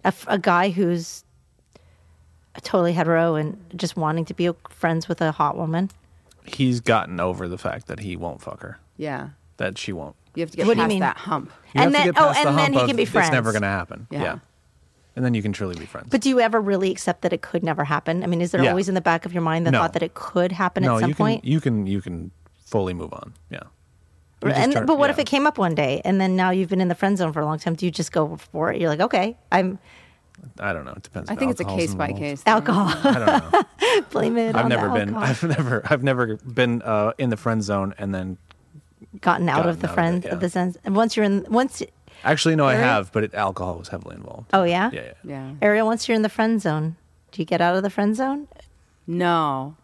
S2: a, f- a guy who's totally hetero and just wanting to be friends with a hot woman?
S4: He's gotten over the fact that he won't fuck her.
S3: Yeah,
S4: That she won't.
S3: you have to get
S2: What do you
S3: past
S2: mean?
S3: that hump.
S4: You
S2: And
S4: have
S2: then-
S4: to get past
S2: oh,
S4: the
S2: and then
S4: hump
S2: he
S4: of
S2: can be friends.
S4: It's never going to happen.
S3: Yeah.
S4: Yeah. And then you can truly be friends.
S2: But do you ever really accept that it could never happen? I mean, is there
S4: Yeah.
S2: always in the back of your mind the
S4: No.
S2: thought that it could happen
S4: no,
S2: at some
S4: you can
S2: point?
S4: you can you can fully move on. Yeah. You just
S2: and,
S4: turn-
S2: but what
S4: yeah.
S2: if it came up one day and then now you've been in the friend zone for a long time? Do you just go for it? You're like, okay, I'm
S4: I don't know. It depends.
S3: I
S4: if
S3: think it's a
S4: alcohol's
S3: case by
S4: involved.
S3: case. Oh, thing.
S2: alcohol.
S4: I
S3: <laughs>
S4: don't know.
S2: <laughs> Blame it.
S4: I've
S2: on the
S4: never been.
S2: alcohol.
S4: I've never. I've never been uh, in the friend zone, and then
S2: gotten out of
S4: gotten
S2: the
S4: out of it,
S2: friend
S4: yeah.
S2: of the sense. And once you're in, once
S4: actually no, I
S2: Really?
S4: have. But it, alcohol was heavily involved.
S2: oh yeah,
S4: Yeah. yeah.
S3: Yeah.
S2: Ariel, once you're in the friend zone, do you get out of the friend zone?
S3: No.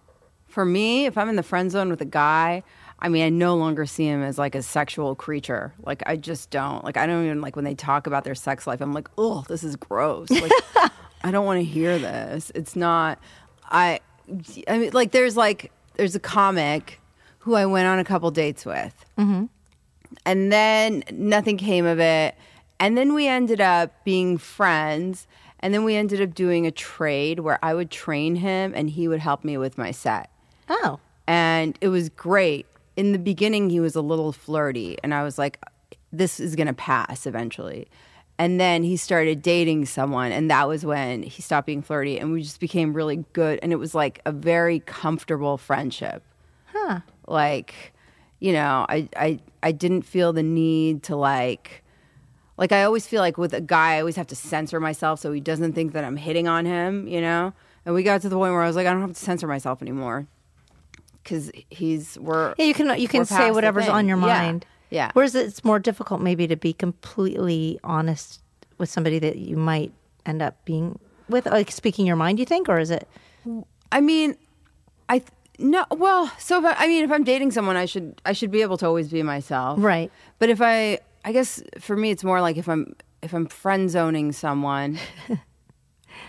S3: For me, if I'm in the friend zone with a guy, I mean, I no longer see him as like a sexual creature. Like, I just don't. Like, I don't even like when they talk about their sex life, I'm like, oh, this is gross. Like, I don't want to hear this. It's not, I, I mean, like, there's like, there's a comic who I went on a couple dates with. And then nothing came of it. And then we ended up being friends. And then we ended up doing a trade where I would train him and he would help me with my set.
S2: Oh,
S3: And it was great. In the beginning, he was a little flirty. And I was like, this is going to pass eventually. And then he started dating someone. And that was when he stopped being flirty. And we just became really good. And it was like a very comfortable friendship like you know i i i didn't feel the need to like Like I always feel like with a guy, I always have to censor myself so he doesn't think that I'm hitting on him, you know? And we got to the point where I was like, I don't have to censor myself anymore. Cause he's we're
S2: Yeah, you can you can
S3: we're
S2: say
S3: past the
S2: whatever's
S3: thing.
S2: on your
S3: Yeah.
S2: mind.
S3: Yeah.
S2: Whereas it's more difficult maybe to be completely honest with somebody that you might end up being with, like speaking your mind. You think, or is it?
S3: I mean, I th- no. Well, so if I, I mean, if I'm dating someone, I should I should be able to always be myself,
S2: Right.
S3: But if I, I guess for me, it's more like if I'm if I'm friend
S2: <laughs>
S3: zoning someone,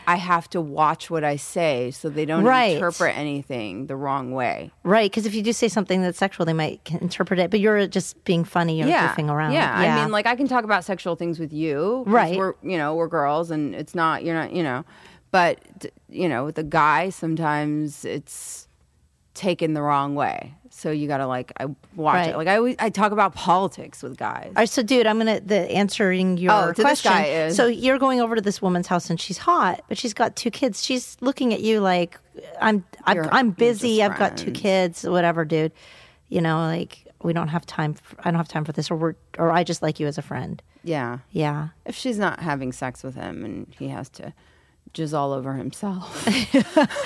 S3: I have to watch what I say so they don't
S2: Right.
S3: interpret anything the wrong way.
S2: Right, because if you do say something that's sexual, they might can interpret it. But you're just being funny or goofing around.
S3: Yeah. I mean, like I can talk about sexual things with you, 'cause
S2: Right.
S3: We're you know we're girls, and it's not you're not you know, but d- you know with a guy sometimes it's taken the wrong way. So you gotta like I watch
S2: Right.
S3: it. Like I always, I talk about politics with guys.
S2: All right, so dude, I'm gonna the answering your
S3: Oh, to this
S2: question.
S3: guy is-
S2: So you're going over to this woman's house and she's hot, but she's got two kids. She's looking at you like I'm I'm,
S3: You're-
S2: I'm
S3: you're
S2: busy.
S3: just
S2: I've got two
S3: friends.
S2: kids. Whatever, dude. You know, like we don't have time. For, I don't have time for this, or we're or I just like you as a friend.
S3: yeah.
S2: Yeah. <laughs>
S3: If she's not having sex with him and he has to jizz all over himself, <laughs>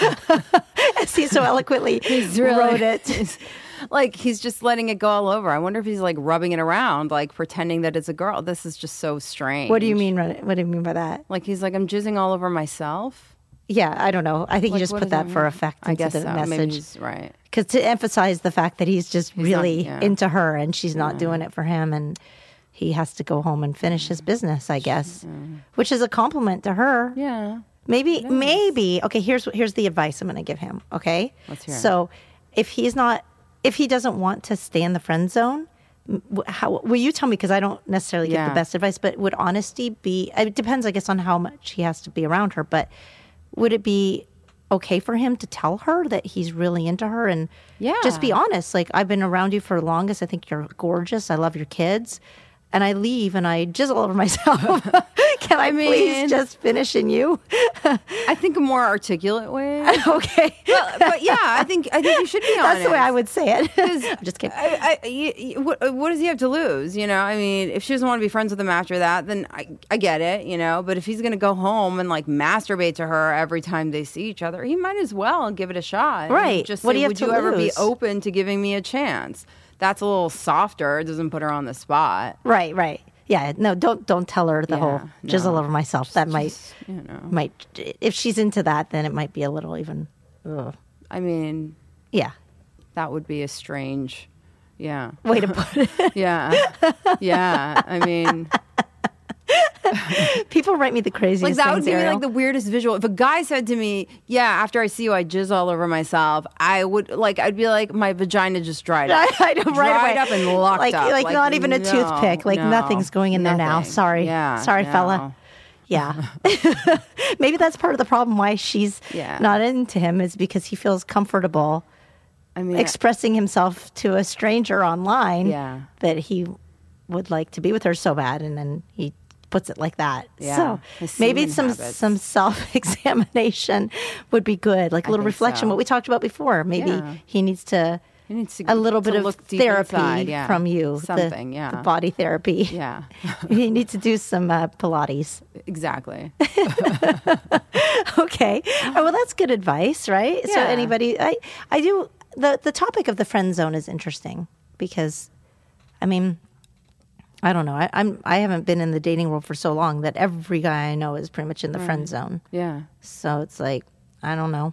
S2: See, so eloquently wrote it.
S3: like he's just letting it go all over. I wonder if he's like rubbing it around, like pretending that it's a girl. This is just so strange.
S2: What do you mean? Ren- What do you mean by that?
S3: Like he's like, I'm jizzing all over myself.
S2: Yeah, I don't know. I think
S3: Like,
S2: you just
S3: what
S2: put
S3: does
S2: that for
S3: mean?
S2: effect into
S3: I guess
S2: the
S3: so. Maybe
S2: message.
S3: he's right.
S2: because to emphasize the fact that he's just
S3: not-
S2: really
S3: yeah.
S2: into her and she's not doing it for him and he has to go home and finish his business i guess which is a compliment to her
S3: Yeah.
S2: maybe maybe okay here's here's the advice i'm going to give him okay
S3: Let's hear it.
S2: so if he's not if he doesn't want to stay in the friend zone m- wh- how will you tell me because i don't necessarily give
S3: Yeah.
S2: the best advice but would honesty be it depends i guess on how much he has to be around her but would it be okay for him to tell her that he's really into her and just be
S3: Yeah.
S2: honest like i've been around you for the longest i think you're gorgeous i love your kids and I leave and I jizz all over <laughs>
S3: <laughs>
S2: myself. Can I,
S3: mean-
S2: please just finish in you?
S3: I think a more articulate way.
S2: <laughs> okay.
S3: but, but yeah, I think I think you <laughs> should be honest.
S2: That's the way I would say it. <laughs> I'm just kidding.
S3: I, I, you, you- what, what does he have to lose? You know, I mean, if she doesn't want to be friends with him after that, then I, I get it, you know. But if he's going to go home and like masturbate to her every time they see each other, he might as well give it a shot.
S2: Right.
S3: Just
S2: What
S3: say,
S2: do you have
S3: would
S2: to
S3: you ever be
S2: lose?"
S3: open to giving me a chance? That's a little softer. It doesn't put her on the spot.
S2: Right, right. Yeah, no, don't don't tell her the
S3: Yeah,
S2: whole jizz all
S3: no.
S2: over myself. that might
S3: You know,
S2: might if she's into that, then it might be a little even. ugh.
S3: I mean,
S2: Yeah,
S3: that would be a strange. <laughs> Yeah.
S2: way to put it.
S3: Yeah. yeah. I mean.
S2: People write me the craziest
S3: <laughs> Like that would
S2: things,
S3: be
S2: Ariel.
S3: like the weirdest visual. If a guy said to me, "Yeah, after I see you, I jizz all over myself," I would like. I'd be like, my vagina just dried <laughs>
S2: <laughs>
S3: up.
S2: I know, right
S3: dried
S2: away.
S3: up and locked
S2: like,
S3: up.
S2: Like, not even a
S3: no,
S2: toothpick. Like
S3: no,
S2: nothing's going in there now.
S3: nothing.
S2: Sorry,
S3: Yeah,
S2: sorry,
S3: no.
S2: fella.
S3: <laughs>
S2: Yeah, <laughs> maybe that's part of the problem why she's
S3: Yeah.
S2: not into him is because he feels comfortable
S3: I mean,
S2: expressing himself to a stranger online
S3: Yeah.
S2: that he would like to be with her so bad and then he puts it like that
S3: Yeah,
S2: so
S3: his
S2: maybe
S3: semen
S2: some
S3: habits.
S2: some self-examination would be good like a little
S3: think
S2: reflection
S3: so.
S2: what we talked about before maybe
S3: Yeah.
S2: he needs to
S3: He needs to-
S2: a little
S3: to
S2: bit of
S3: look deep
S2: therapy
S3: inside, yeah.
S2: from you the-
S3: Something, yeah.
S2: the body therapy
S3: yeah,
S2: <laughs> you need to do some uh, pilates
S3: <laughs> exactly.
S2: <laughs> okay. Oh, well, that's good advice, right? So
S3: Yeah.
S2: anybody, I, I do the the topic of the friend zone is interesting because, I mean, I don't know. I, I'm I haven't been in the dating world for so long that every guy I know is pretty much in the friend zone.
S3: Yeah.
S2: So it's like I don't know.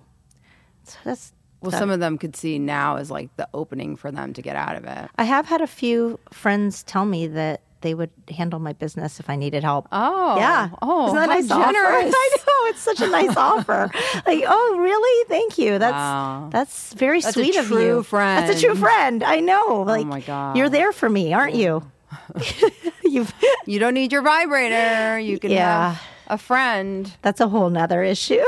S2: So that's
S3: Well, some of them could see now as like the opening for them to get out of it.
S2: I have had a few friends tell me that they would handle my business if I needed help.
S3: Oh.
S2: yeah.
S3: Oh,
S2: isn't that a
S3: how
S2: nice offer? <laughs>
S3: generous.
S2: I know it's such a nice
S3: <laughs>
S2: offer. Like, oh, really? Thank you. That's
S3: Wow.
S2: that's very
S3: That's a
S2: sweet of
S3: true Oh
S2: you. That's a true friend. I know. Like,
S3: my God.
S2: you're there for me, aren't you? <laughs> You've.
S3: You don't need your vibrator. You can
S2: Yeah.
S3: have a friend.
S2: That's a whole nother issue.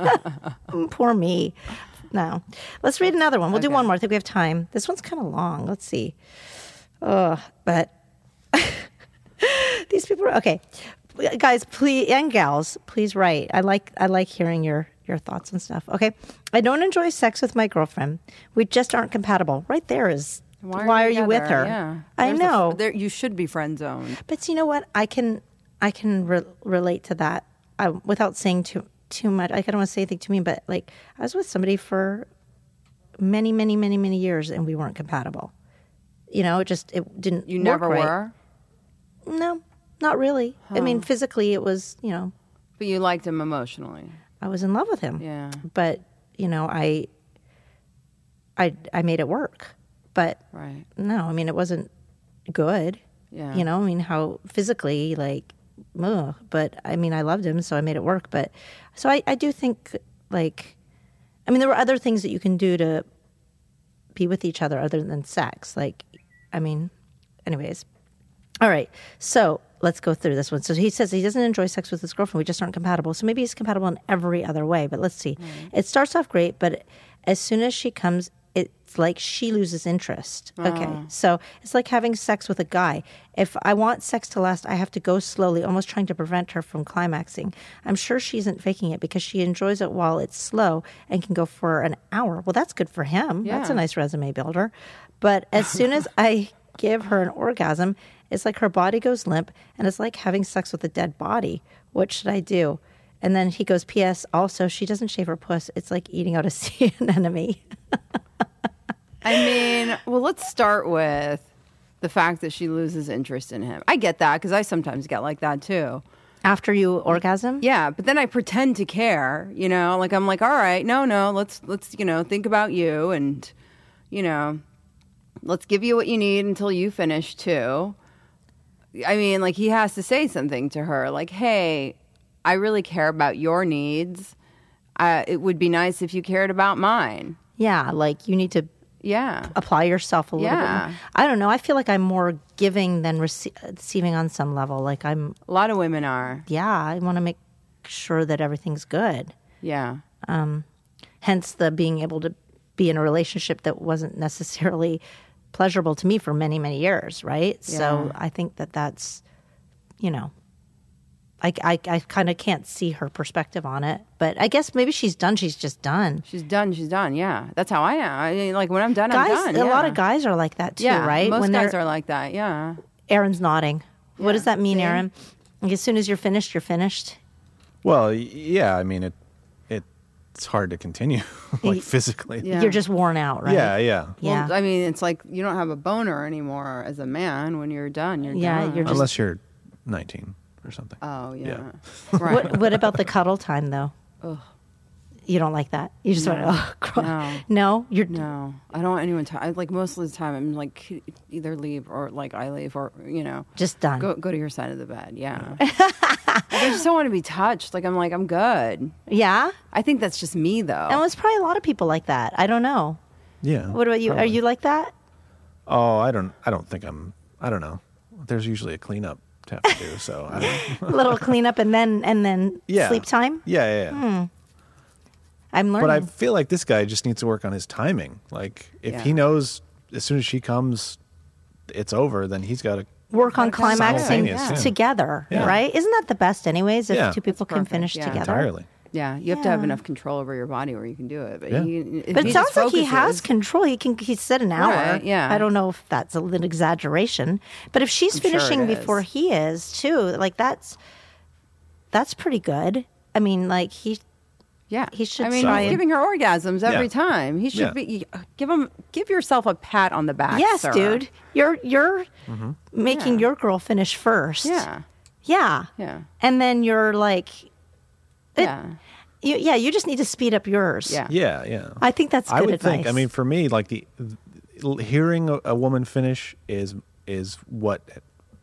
S2: <laughs> Poor me. No. Let's read another one. We'll do one more. I think we have time. This one's kind of long. Let's see. Oh, but <laughs> these people are okay. Guys, please and gals, please write. I like I like hearing your your thoughts and stuff. Okay. I don't enjoy sex with my girlfriend. We just aren't compatible. Right there is Why, are you with
S3: together?
S2: her?
S3: Yeah.
S2: I
S3: There's a-
S2: know.
S3: there, you should be friend zoned.
S2: But you know what? I can I can re- relate to that I, without saying too too much. Like, I don't want to say anything to me, but like I was with somebody for many, many, many, many years, and we weren't compatible. You know, it just it didn't.
S3: You
S2: work
S3: never
S2: right.
S3: were,
S2: No, not really. I mean, physically, it was you know
S3: but you liked him emotionally.
S2: I was in love with him.
S3: Yeah.
S2: But you know, I I I made it work. But
S3: Right.
S2: no, I mean it wasn't good.
S3: Yeah.
S2: You know, I mean how physically like ugh, but I mean I loved him so I made it work, but so I I do think like I mean there were other things that you can do to be with each other other than sex. Like I mean anyways. All right. So, let's go through this one. So he says he doesn't enjoy sex with his girlfriend. We just aren't compatible. So maybe he's compatible in every other way, but let's see. It starts off great, but as soon as she comes it's like she loses interest. Okay. So it's like having sex with a guy. If I want sex to last, I have to go slowly, almost trying to prevent her from climaxing. I'm sure she isn't faking it because she enjoys it while it's slow and can go for an hour. Well, that's good for him. That's a
S3: Yeah.
S2: nice resume builder. But as soon as I give her an orgasm, it's like her body goes limp and it's like having sex with a dead body. What should I do? And then he goes, P.S. Also, she doesn't shave her puss. It's like eating out a <laughs> sea anemone.
S3: I mean, well, let's start with the fact that she loses interest in him. I get that because I sometimes get like that too.
S2: After you orgasm?
S3: Yeah, but then I pretend to care, you know, like I'm like, all right, no, no, let's let's you know think about you and you know, let's give you what you need until you finish too. I mean, like he has to say something to her, like, hey, I really care about your needs. Uh, it would be nice if you cared about mine.
S2: Yeah, like you need to
S3: Yeah,
S2: apply yourself a little
S3: Yeah.
S2: bit. More. I don't know. I feel like I'm more giving than rece- receiving on some level. Like I'm,
S3: a lot of women are.
S2: yeah, I want to make sure that everything's good.
S3: Yeah.
S2: Hence the being able to be in a relationship that wasn't necessarily pleasurable to me for many, many years, right? So I think that that's, you know, I, I, I kind of can't see her perspective on it. But I guess maybe she's done. She's just done.
S3: She's done. She's done. Yeah, that's how I am. I mean, like when I'm done,
S2: Guys,
S3: I'm done.
S2: a lot
S3: yeah.
S2: of guys are like that too,
S3: yeah,
S2: right?
S3: Most guys
S2: they're-
S3: are like that. Yeah,
S2: Aaron's nodding. What does that mean, Aaron? Like, as soon as you're finished, you're finished.
S4: Well, y- yeah. I mean, it it's hard to continue, <laughs> like physically.
S3: Yeah.
S2: You're just worn out, right?
S4: yeah, yeah.
S2: Yeah.
S3: Well, I mean, it's like you don't have a boner anymore as a man when you're done. You're
S2: Yeah,
S3: done.
S2: you're just-
S4: Unless you're 19 or something.
S3: Oh yeah.
S4: Yeah.
S3: <laughs> Right.
S2: What, what about the cuddle time, though? You don't like that. You just want to, oh, <laughs> cry. No. you're.
S3: No, I don't want anyone to. I, like most of the time, I'm like either leave or like I leave or you know
S2: Just done.
S3: Go go to your side of the bed. Yeah.
S2: <laughs>
S3: Like, I just don't want to be touched. Like I'm like I'm good.
S2: Yeah.
S3: I think that's just me though.
S2: And it's probably a lot of people like that. I don't know.
S4: Yeah.
S2: What about you? Are
S4: probably.
S2: you like that?
S4: Oh, I don't. I don't think I'm. I don't know. There's usually a cleanup to have to do. So I
S2: <laughs>
S4: don't. <laughs>
S2: little cleanup and then and then
S4: Yeah.
S2: sleep time.
S4: Yeah, yeah. yeah.
S2: I'm learning.
S4: But I feel like this guy just needs to work on his timing. Like if
S3: Yeah.
S4: he knows as soon as she comes, it's over. Then he's got to.
S2: Work on
S3: Kinda
S2: climaxing
S4: simultaneous, yeah.
S2: together,
S4: Yeah.
S2: right? Isn't that the best, anyways? If
S4: Yeah.
S2: two people
S3: That's
S2: can
S3: perfect,
S2: finish
S3: yeah.
S2: together.
S4: Entirely.
S3: yeah, you have to have
S2: Yeah.
S3: enough control over your body where you can do it. But,
S4: Yeah.
S3: you, if
S2: But
S3: he
S2: it sounds
S3: just
S2: like he has
S3: focuses-
S2: control. He can. He said an hour.
S3: Right, yeah.
S2: I don't know if that's a little exaggeration, but if she's
S3: sure it
S2: finishing
S3: is.
S2: before he is too, like that's that's pretty good. I mean, like he.
S3: Yeah,
S2: He should
S3: I mean,
S2: try
S3: he's
S2: and-
S3: giving her orgasms every
S4: Yeah.
S3: time. He should
S4: Yeah.
S3: be give him give yourself a pat on the back.
S2: yes,
S3: sir.
S2: dude, you're you're making
S3: Mm-hmm. Yeah.
S2: your girl finish first.
S3: Yeah,
S2: Yeah.
S3: Yeah.
S2: And then you're like,
S3: yeah,
S2: you, yeah, you just need to speed up yours.
S3: yeah,
S4: Yeah, yeah.
S2: I think that's good
S4: I would
S2: advice.
S4: think. I mean, for me, like the l- hearing a, a woman finish is is what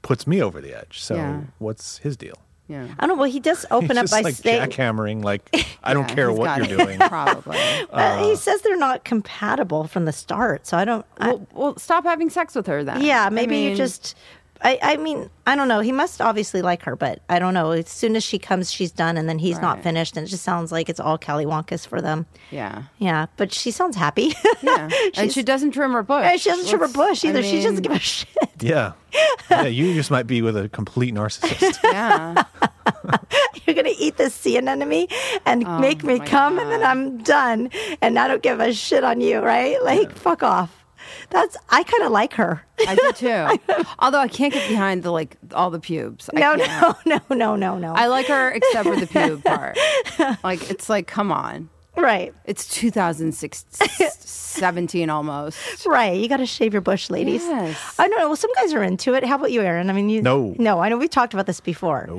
S4: puts me over the edge. So
S3: Yeah.
S4: what's his deal?
S3: yeah.
S2: I don't know. Well, he does
S4: <laughs> He's
S2: open up
S4: just
S2: by
S4: like
S2: saying,
S4: jackhammering.
S2: <laughs>
S4: Like I don't
S3: Yeah,
S4: care
S3: he's
S4: what
S3: got
S4: you're
S3: it, <laughs>
S4: doing.
S3: Probably.
S2: Uh, he says they're not compatible from the start. So I don't. I,
S3: well, well, stop having sex with her then.
S2: yeah,
S3: I
S2: maybe you
S3: mean,
S2: just. I, I mean, I don't know. He must obviously like her, but I don't know. As soon as she comes, she's done, and then he's not
S3: Right.
S2: finished, and it just sounds like it's all Cali Wonkas for them. <laughs>
S3: Yeah,
S2: Yeah, but she sounds happy. <laughs>
S3: yeah. and she
S2: She's-
S3: doesn't trim her bush.
S2: she doesn't trim her
S3: Let's-
S2: bush
S3: I
S2: either. she doesn't <laughs>
S3: mean,
S2: give a shit.
S4: Yeah, yeah. You just might be with a complete narcissist.
S3: Yeah,
S2: You're gonna eat this sea anemone and make me
S3: Oh my
S2: come, and then
S3: God.
S2: I'm done, and I don't give a shit on you, right? Like, fuck off. That's I kind of like her. <laughs>
S3: I do too. Although I can't get behind the like all the pubes. I
S2: No,
S3: can't.
S2: no, no, no, no, no.
S3: I like her except for the pube
S2: <laughs>
S3: part. Like it's like come on.
S2: right,
S3: It's 2017 almost.
S2: right. You got to shave your bush, ladies.
S3: Yes.
S2: I don't know. Well, some guys are into it. How about you, Aaron? I mean, you,
S4: No.
S2: no. I know we talked about this before.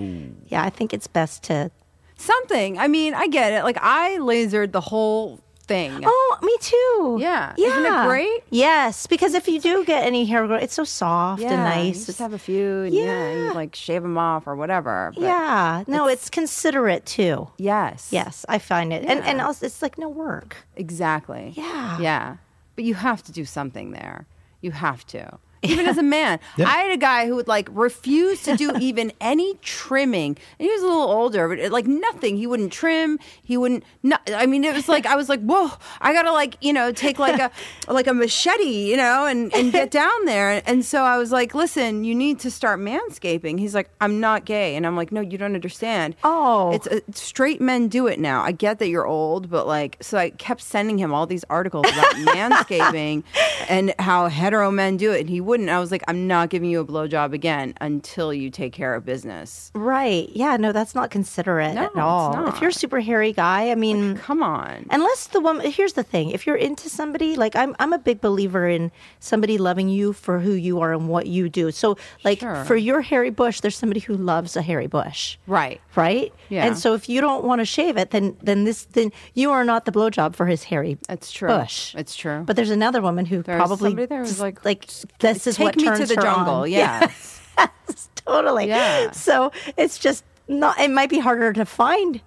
S2: Yeah, I think it's best to.
S3: Something. I mean, I get it. Like I lasered the whole thing.
S2: Oh, me too.
S3: Yeah.
S2: yeah.
S3: Isn't it great?
S2: Yes, because if you do get any hair growth, it's so soft
S3: yeah,
S2: and
S3: You
S2: nice.
S3: just have a few. And, yeah.
S2: Yeah.
S3: you like shave them off or whatever. but-
S2: yeah. No, it's, considerate too.
S3: Yes.
S2: Yes, I find it, and and also it's like no work.
S3: Exactly.
S2: Yeah.
S3: Yeah. But you have to do something there. You have to. Even as a man, I had a guy who would like refuse to do even any trimming. And he was a little older, but like nothing. He wouldn't trim. He wouldn't. No, I mean, it was like I was like, whoa! I gotta like you know take like a like a machete, you know, and and get down there. And, so I was like, listen, you need to start manscaping. He's like, I'm not gay, and I'm like, no, you don't understand.
S2: Oh.
S3: it's uh, straight men do it now. I get that you're old, but like, so I kept sending him all these
S2: <laughs>
S3: articles about manscaping and how hetero men do it, and he wouldn't. I was like, I'm not giving you a blowjob again until you take care of business.
S2: Right. Yeah. No, that's not considerate
S3: No,
S2: at all.
S3: it's
S2: If you're a
S3: not.
S2: super hairy guy, I mean,
S3: Come on.
S2: unless the woman, here's the thing if you're into somebody, like I'm, I'm a big believer in somebody loving you for who you are and what you do. So, like
S3: Sure.
S2: for your hairy bush, there's somebody who loves a hairy bush.
S3: Right.
S2: Right.
S3: Yeah.
S2: And so, if you don't want to shave it, then then this then you are not the blowjob for his hairy
S3: It's true.
S2: bush.
S3: It's true.
S2: But there's another woman who
S3: There's
S2: probably
S3: somebody there who's
S2: just,
S3: like,
S2: like this is
S3: Take
S2: what
S3: me to
S2: turns
S3: the
S2: her on. <laughs>
S3: jungle. Yes.
S2: Yes, totally.
S3: Yeah.
S2: So it's just not. It might be harder to find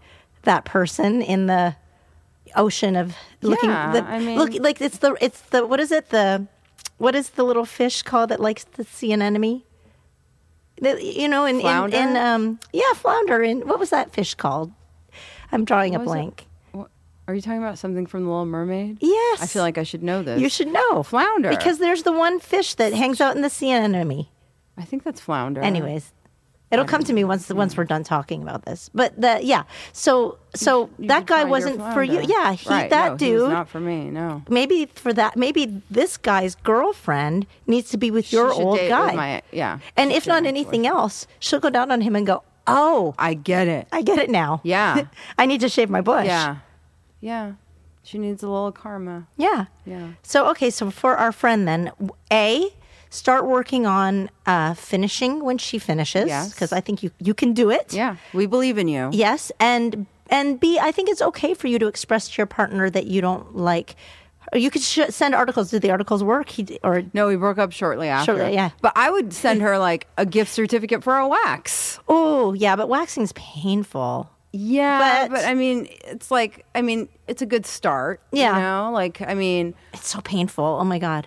S2: that person in the ocean of looking.
S3: Yeah,
S2: the,
S3: I mean-
S2: look like it's the it's the what is it the what is the little fish called that likes to see an enemy? The, you know, in, in
S3: Flounder?
S2: in um yeah, flounder. In what was that fish called? I'm drawing a
S3: What was it?
S2: blank.
S3: What- Are you talking about something from The Little Mermaid?
S2: Yes.
S3: I feel like I should know this.
S2: You should know
S3: Flounder.
S2: because there's the one fish that hangs out in the sea enemy.
S3: I think that's flounder.
S2: Anyways, it'll come to me once once we're done talking about this. But the yeah, so so that
S3: You
S2: guy
S3: find your
S2: wasn't for you.
S3: flounder.
S2: Yeah, he
S3: Right,
S2: that
S3: no, he was
S2: dude.
S3: not for me. No.
S2: maybe for that. Maybe this guy's girlfriend needs to be with your
S3: She should
S2: old
S3: date with
S2: guy.
S3: my- yeah.
S2: and
S3: She
S2: if
S3: should
S2: not
S3: date
S2: anything else, she'll go down on him and go, "Oh,
S3: I get it.
S2: I get it now.
S3: Yeah.
S2: <laughs> I need to shave my bush.
S3: Yeah. Yeah. She needs a
S2: <laughs>
S3: little karma.
S2: Yeah.
S3: Yeah.
S2: So okay, so for our friend then, a start working on uh, finishing when she finishes
S3: Yes.
S2: because I think you you can do it.
S3: Yeah. We believe in you.
S2: Yes, and and B, I think it's okay for you to express to your partner that you don't like. or You could sh- send articles. Do the articles work? He d- or
S3: No, we broke up shortly after.
S2: Shortly, yeah.
S3: But I would send her like a gift certificate for a wax.
S2: oh yeah, but waxing's painful.
S3: Yeah.
S2: But-
S3: But, I mean, it's like, I mean, it's a good start.
S2: Yeah.
S3: You know, like, I mean,
S2: It's so painful. Oh my god.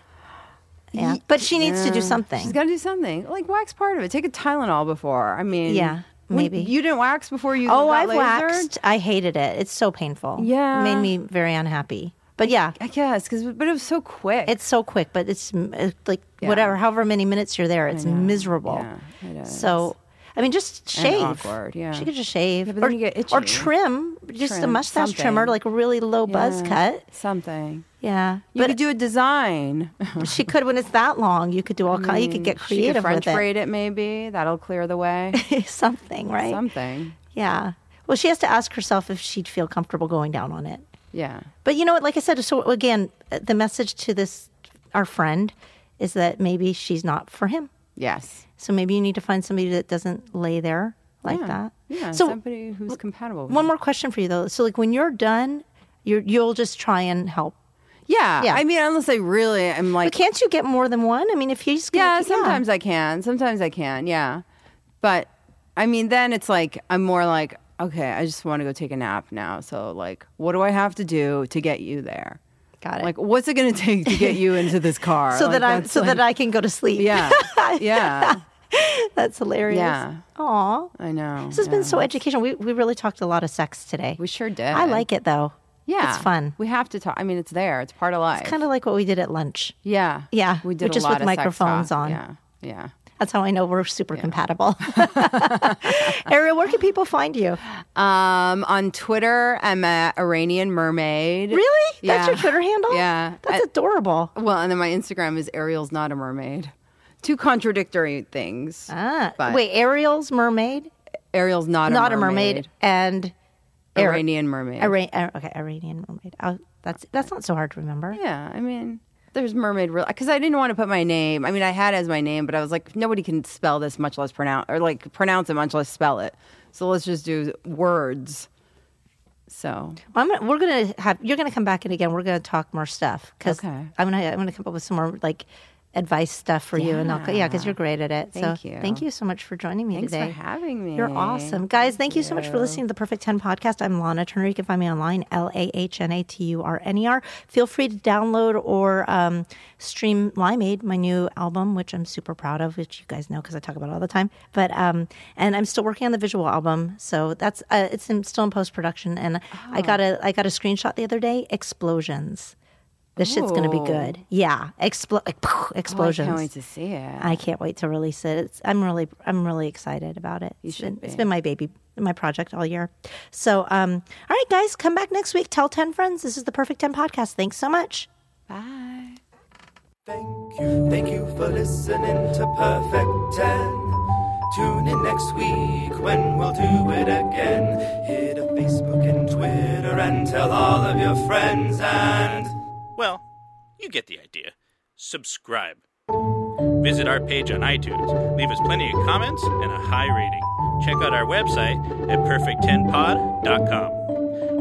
S2: Yeah, but she needs to do something.
S3: she's got to do something. Like, wax part of it. Take a Tylenol before. I mean,
S2: Yeah,
S3: when-
S2: maybe.
S3: You didn't wax before you
S2: oh,
S3: got
S2: I've
S3: lasered?
S2: waxed. I hated it. It's so painful.
S3: Yeah.
S2: made me very unhappy. But yeah,
S3: I guess, cause, but it was so quick.
S2: it's so quick. But it's m- it's like
S3: Yeah.
S2: whatever, however many minutes you're there, it's miserable.
S3: Yeah, it is.
S2: So. I mean, just shave.
S3: awkward, yeah.
S2: She could just shave,
S3: Yeah, but
S2: or,
S3: then you get
S2: or
S3: itchy.
S2: trim, just a
S3: Trim,
S2: mustache
S3: something.
S2: trimmer, like a really low buzz
S3: Yeah,
S2: cut.
S3: Something.
S2: Yeah,
S3: You could do a design.
S2: but <laughs> she could when it's that long. You could do all kind. You could get
S3: Mm, she could
S2: creative
S3: French
S2: with
S3: braid it, maybe. That'll clear the way.
S2: it. Something, <laughs> right?
S3: Something.
S2: Yeah. Well, she has to ask herself if she'd feel comfortable going down on it.
S3: Yeah.
S2: But you know what? Like I said, so again, uh, the message to this our friend is that maybe she's not for him.
S3: Yes.
S2: So maybe you need to find somebody that doesn't lay there like
S3: yeah.
S2: that.
S3: Yeah.
S2: So
S3: somebody who's compatible. With
S2: one
S3: you.
S2: more question for you though. So like when you're done, you're, you'll just try and help.
S3: Yeah.
S2: Yeah.
S3: I mean, unless I really am
S2: But
S3: like.
S2: can't you get more than one? I mean, if he's gonna,
S3: yeah. Sometimes I can. Sometimes I can. Yeah. But I mean, then it's like I'm more like, okay, I just want to go take a nap now. So like, what do I have to do to get you there?
S2: Got it.
S3: Like, what's it going to take to get you into
S2: <laughs>
S3: this car?
S2: so
S3: Like,
S2: that I
S3: that's
S2: so
S3: like-
S2: that I can go to sleep.
S3: <laughs> Yeah. Yeah.
S2: <laughs> that's hilarious.
S3: Yeah.
S2: Aw.
S3: I know.
S2: This has
S3: yeah.
S2: been so educational. We we really talked a lot of sex today.
S3: We sure did.
S2: I like it though.
S3: Yeah,
S2: it's fun.
S3: We have to talk. I mean, it's there. It's part of life.
S2: Kind of like what we did at lunch.
S3: yeah,
S2: Yeah,
S3: We did
S2: but just
S3: a lot
S2: with
S3: of sex
S2: microphones
S3: talk.
S2: on.
S3: Yeah, yeah.
S2: That's how I know we're super
S3: <laughs>
S2: compatible. <laughs> Ariel, where can people find you?
S3: Um, on Twitter, I'm at Iranian Mermaid.
S2: Really? That's
S3: Yeah.
S2: your Twitter handle?
S3: Yeah.
S2: That's adorable.
S3: I- well, and then my Instagram is Ariel's Not a Mermaid. Two contradictory things.
S2: Ah,
S3: but
S2: wait, Ariel's mermaid,
S3: Ariel's not,
S2: not
S3: a mermaid.
S2: and Ari-
S3: Iranian mermaid.
S2: Iran- uh, okay, Iranian mermaid. Oh, that's that's not so hard to remember.
S3: yeah, I mean, there's mermaid real because I didn't want to put my name. I mean, I had as my name, but I was like, nobody can spell this, much less pronounce or like pronounce it, much less spell it. So let's just do words. So
S2: I'm gonna, we're gonna have you're gonna come back and again. We're gonna talk more stuff because
S3: Okay.
S2: I'm gonna I'm gonna come up with some more like advice stuff for you and I'll, yeah, because you're great at it.
S3: Thank
S2: so
S3: you.
S2: thank you so much for joining me
S3: thanks
S2: today.
S3: for having me.
S2: You're awesome. Guys, thank you so much for listening to the Perfect 10 podcast. I'm Lana Turner. You can find me online, L A H N A T U R N E R. Feel free to download or um, stream Limeade, my new album, which I'm super proud of, which you guys know because I talk about it all the time. But, um, and I'm still working on the visual album. So that's, uh, it's in, still in post production. And
S3: Oh.
S2: I got a, I got a screenshot the other day, explosions. This shit's gonna be
S3: Ooh.
S2: good. Yeah, expl- like, poof, explosions.
S3: I can't wait to see it.
S2: I can't wait to release it. It's, I'm really, I'm really excited about it. It's been, it's been my baby, my project all year. So, um, all right, guys, come back next week. Tell ten friends. This is the Perfect Ten podcast. Thanks so much.
S3: Bye.
S5: Thank you, thank you for listening to Perfect 10. Tune in next week when we'll do it again. Hit up Facebook and Twitter and tell all of your friends and.
S6: Well, you get the idea. Subscribe. Visit our page on iTunes. Leave us plenty of comments and a high rating. Check out our website at perfect10pod.com.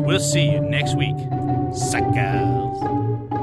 S6: We'll see you next week. Suckers.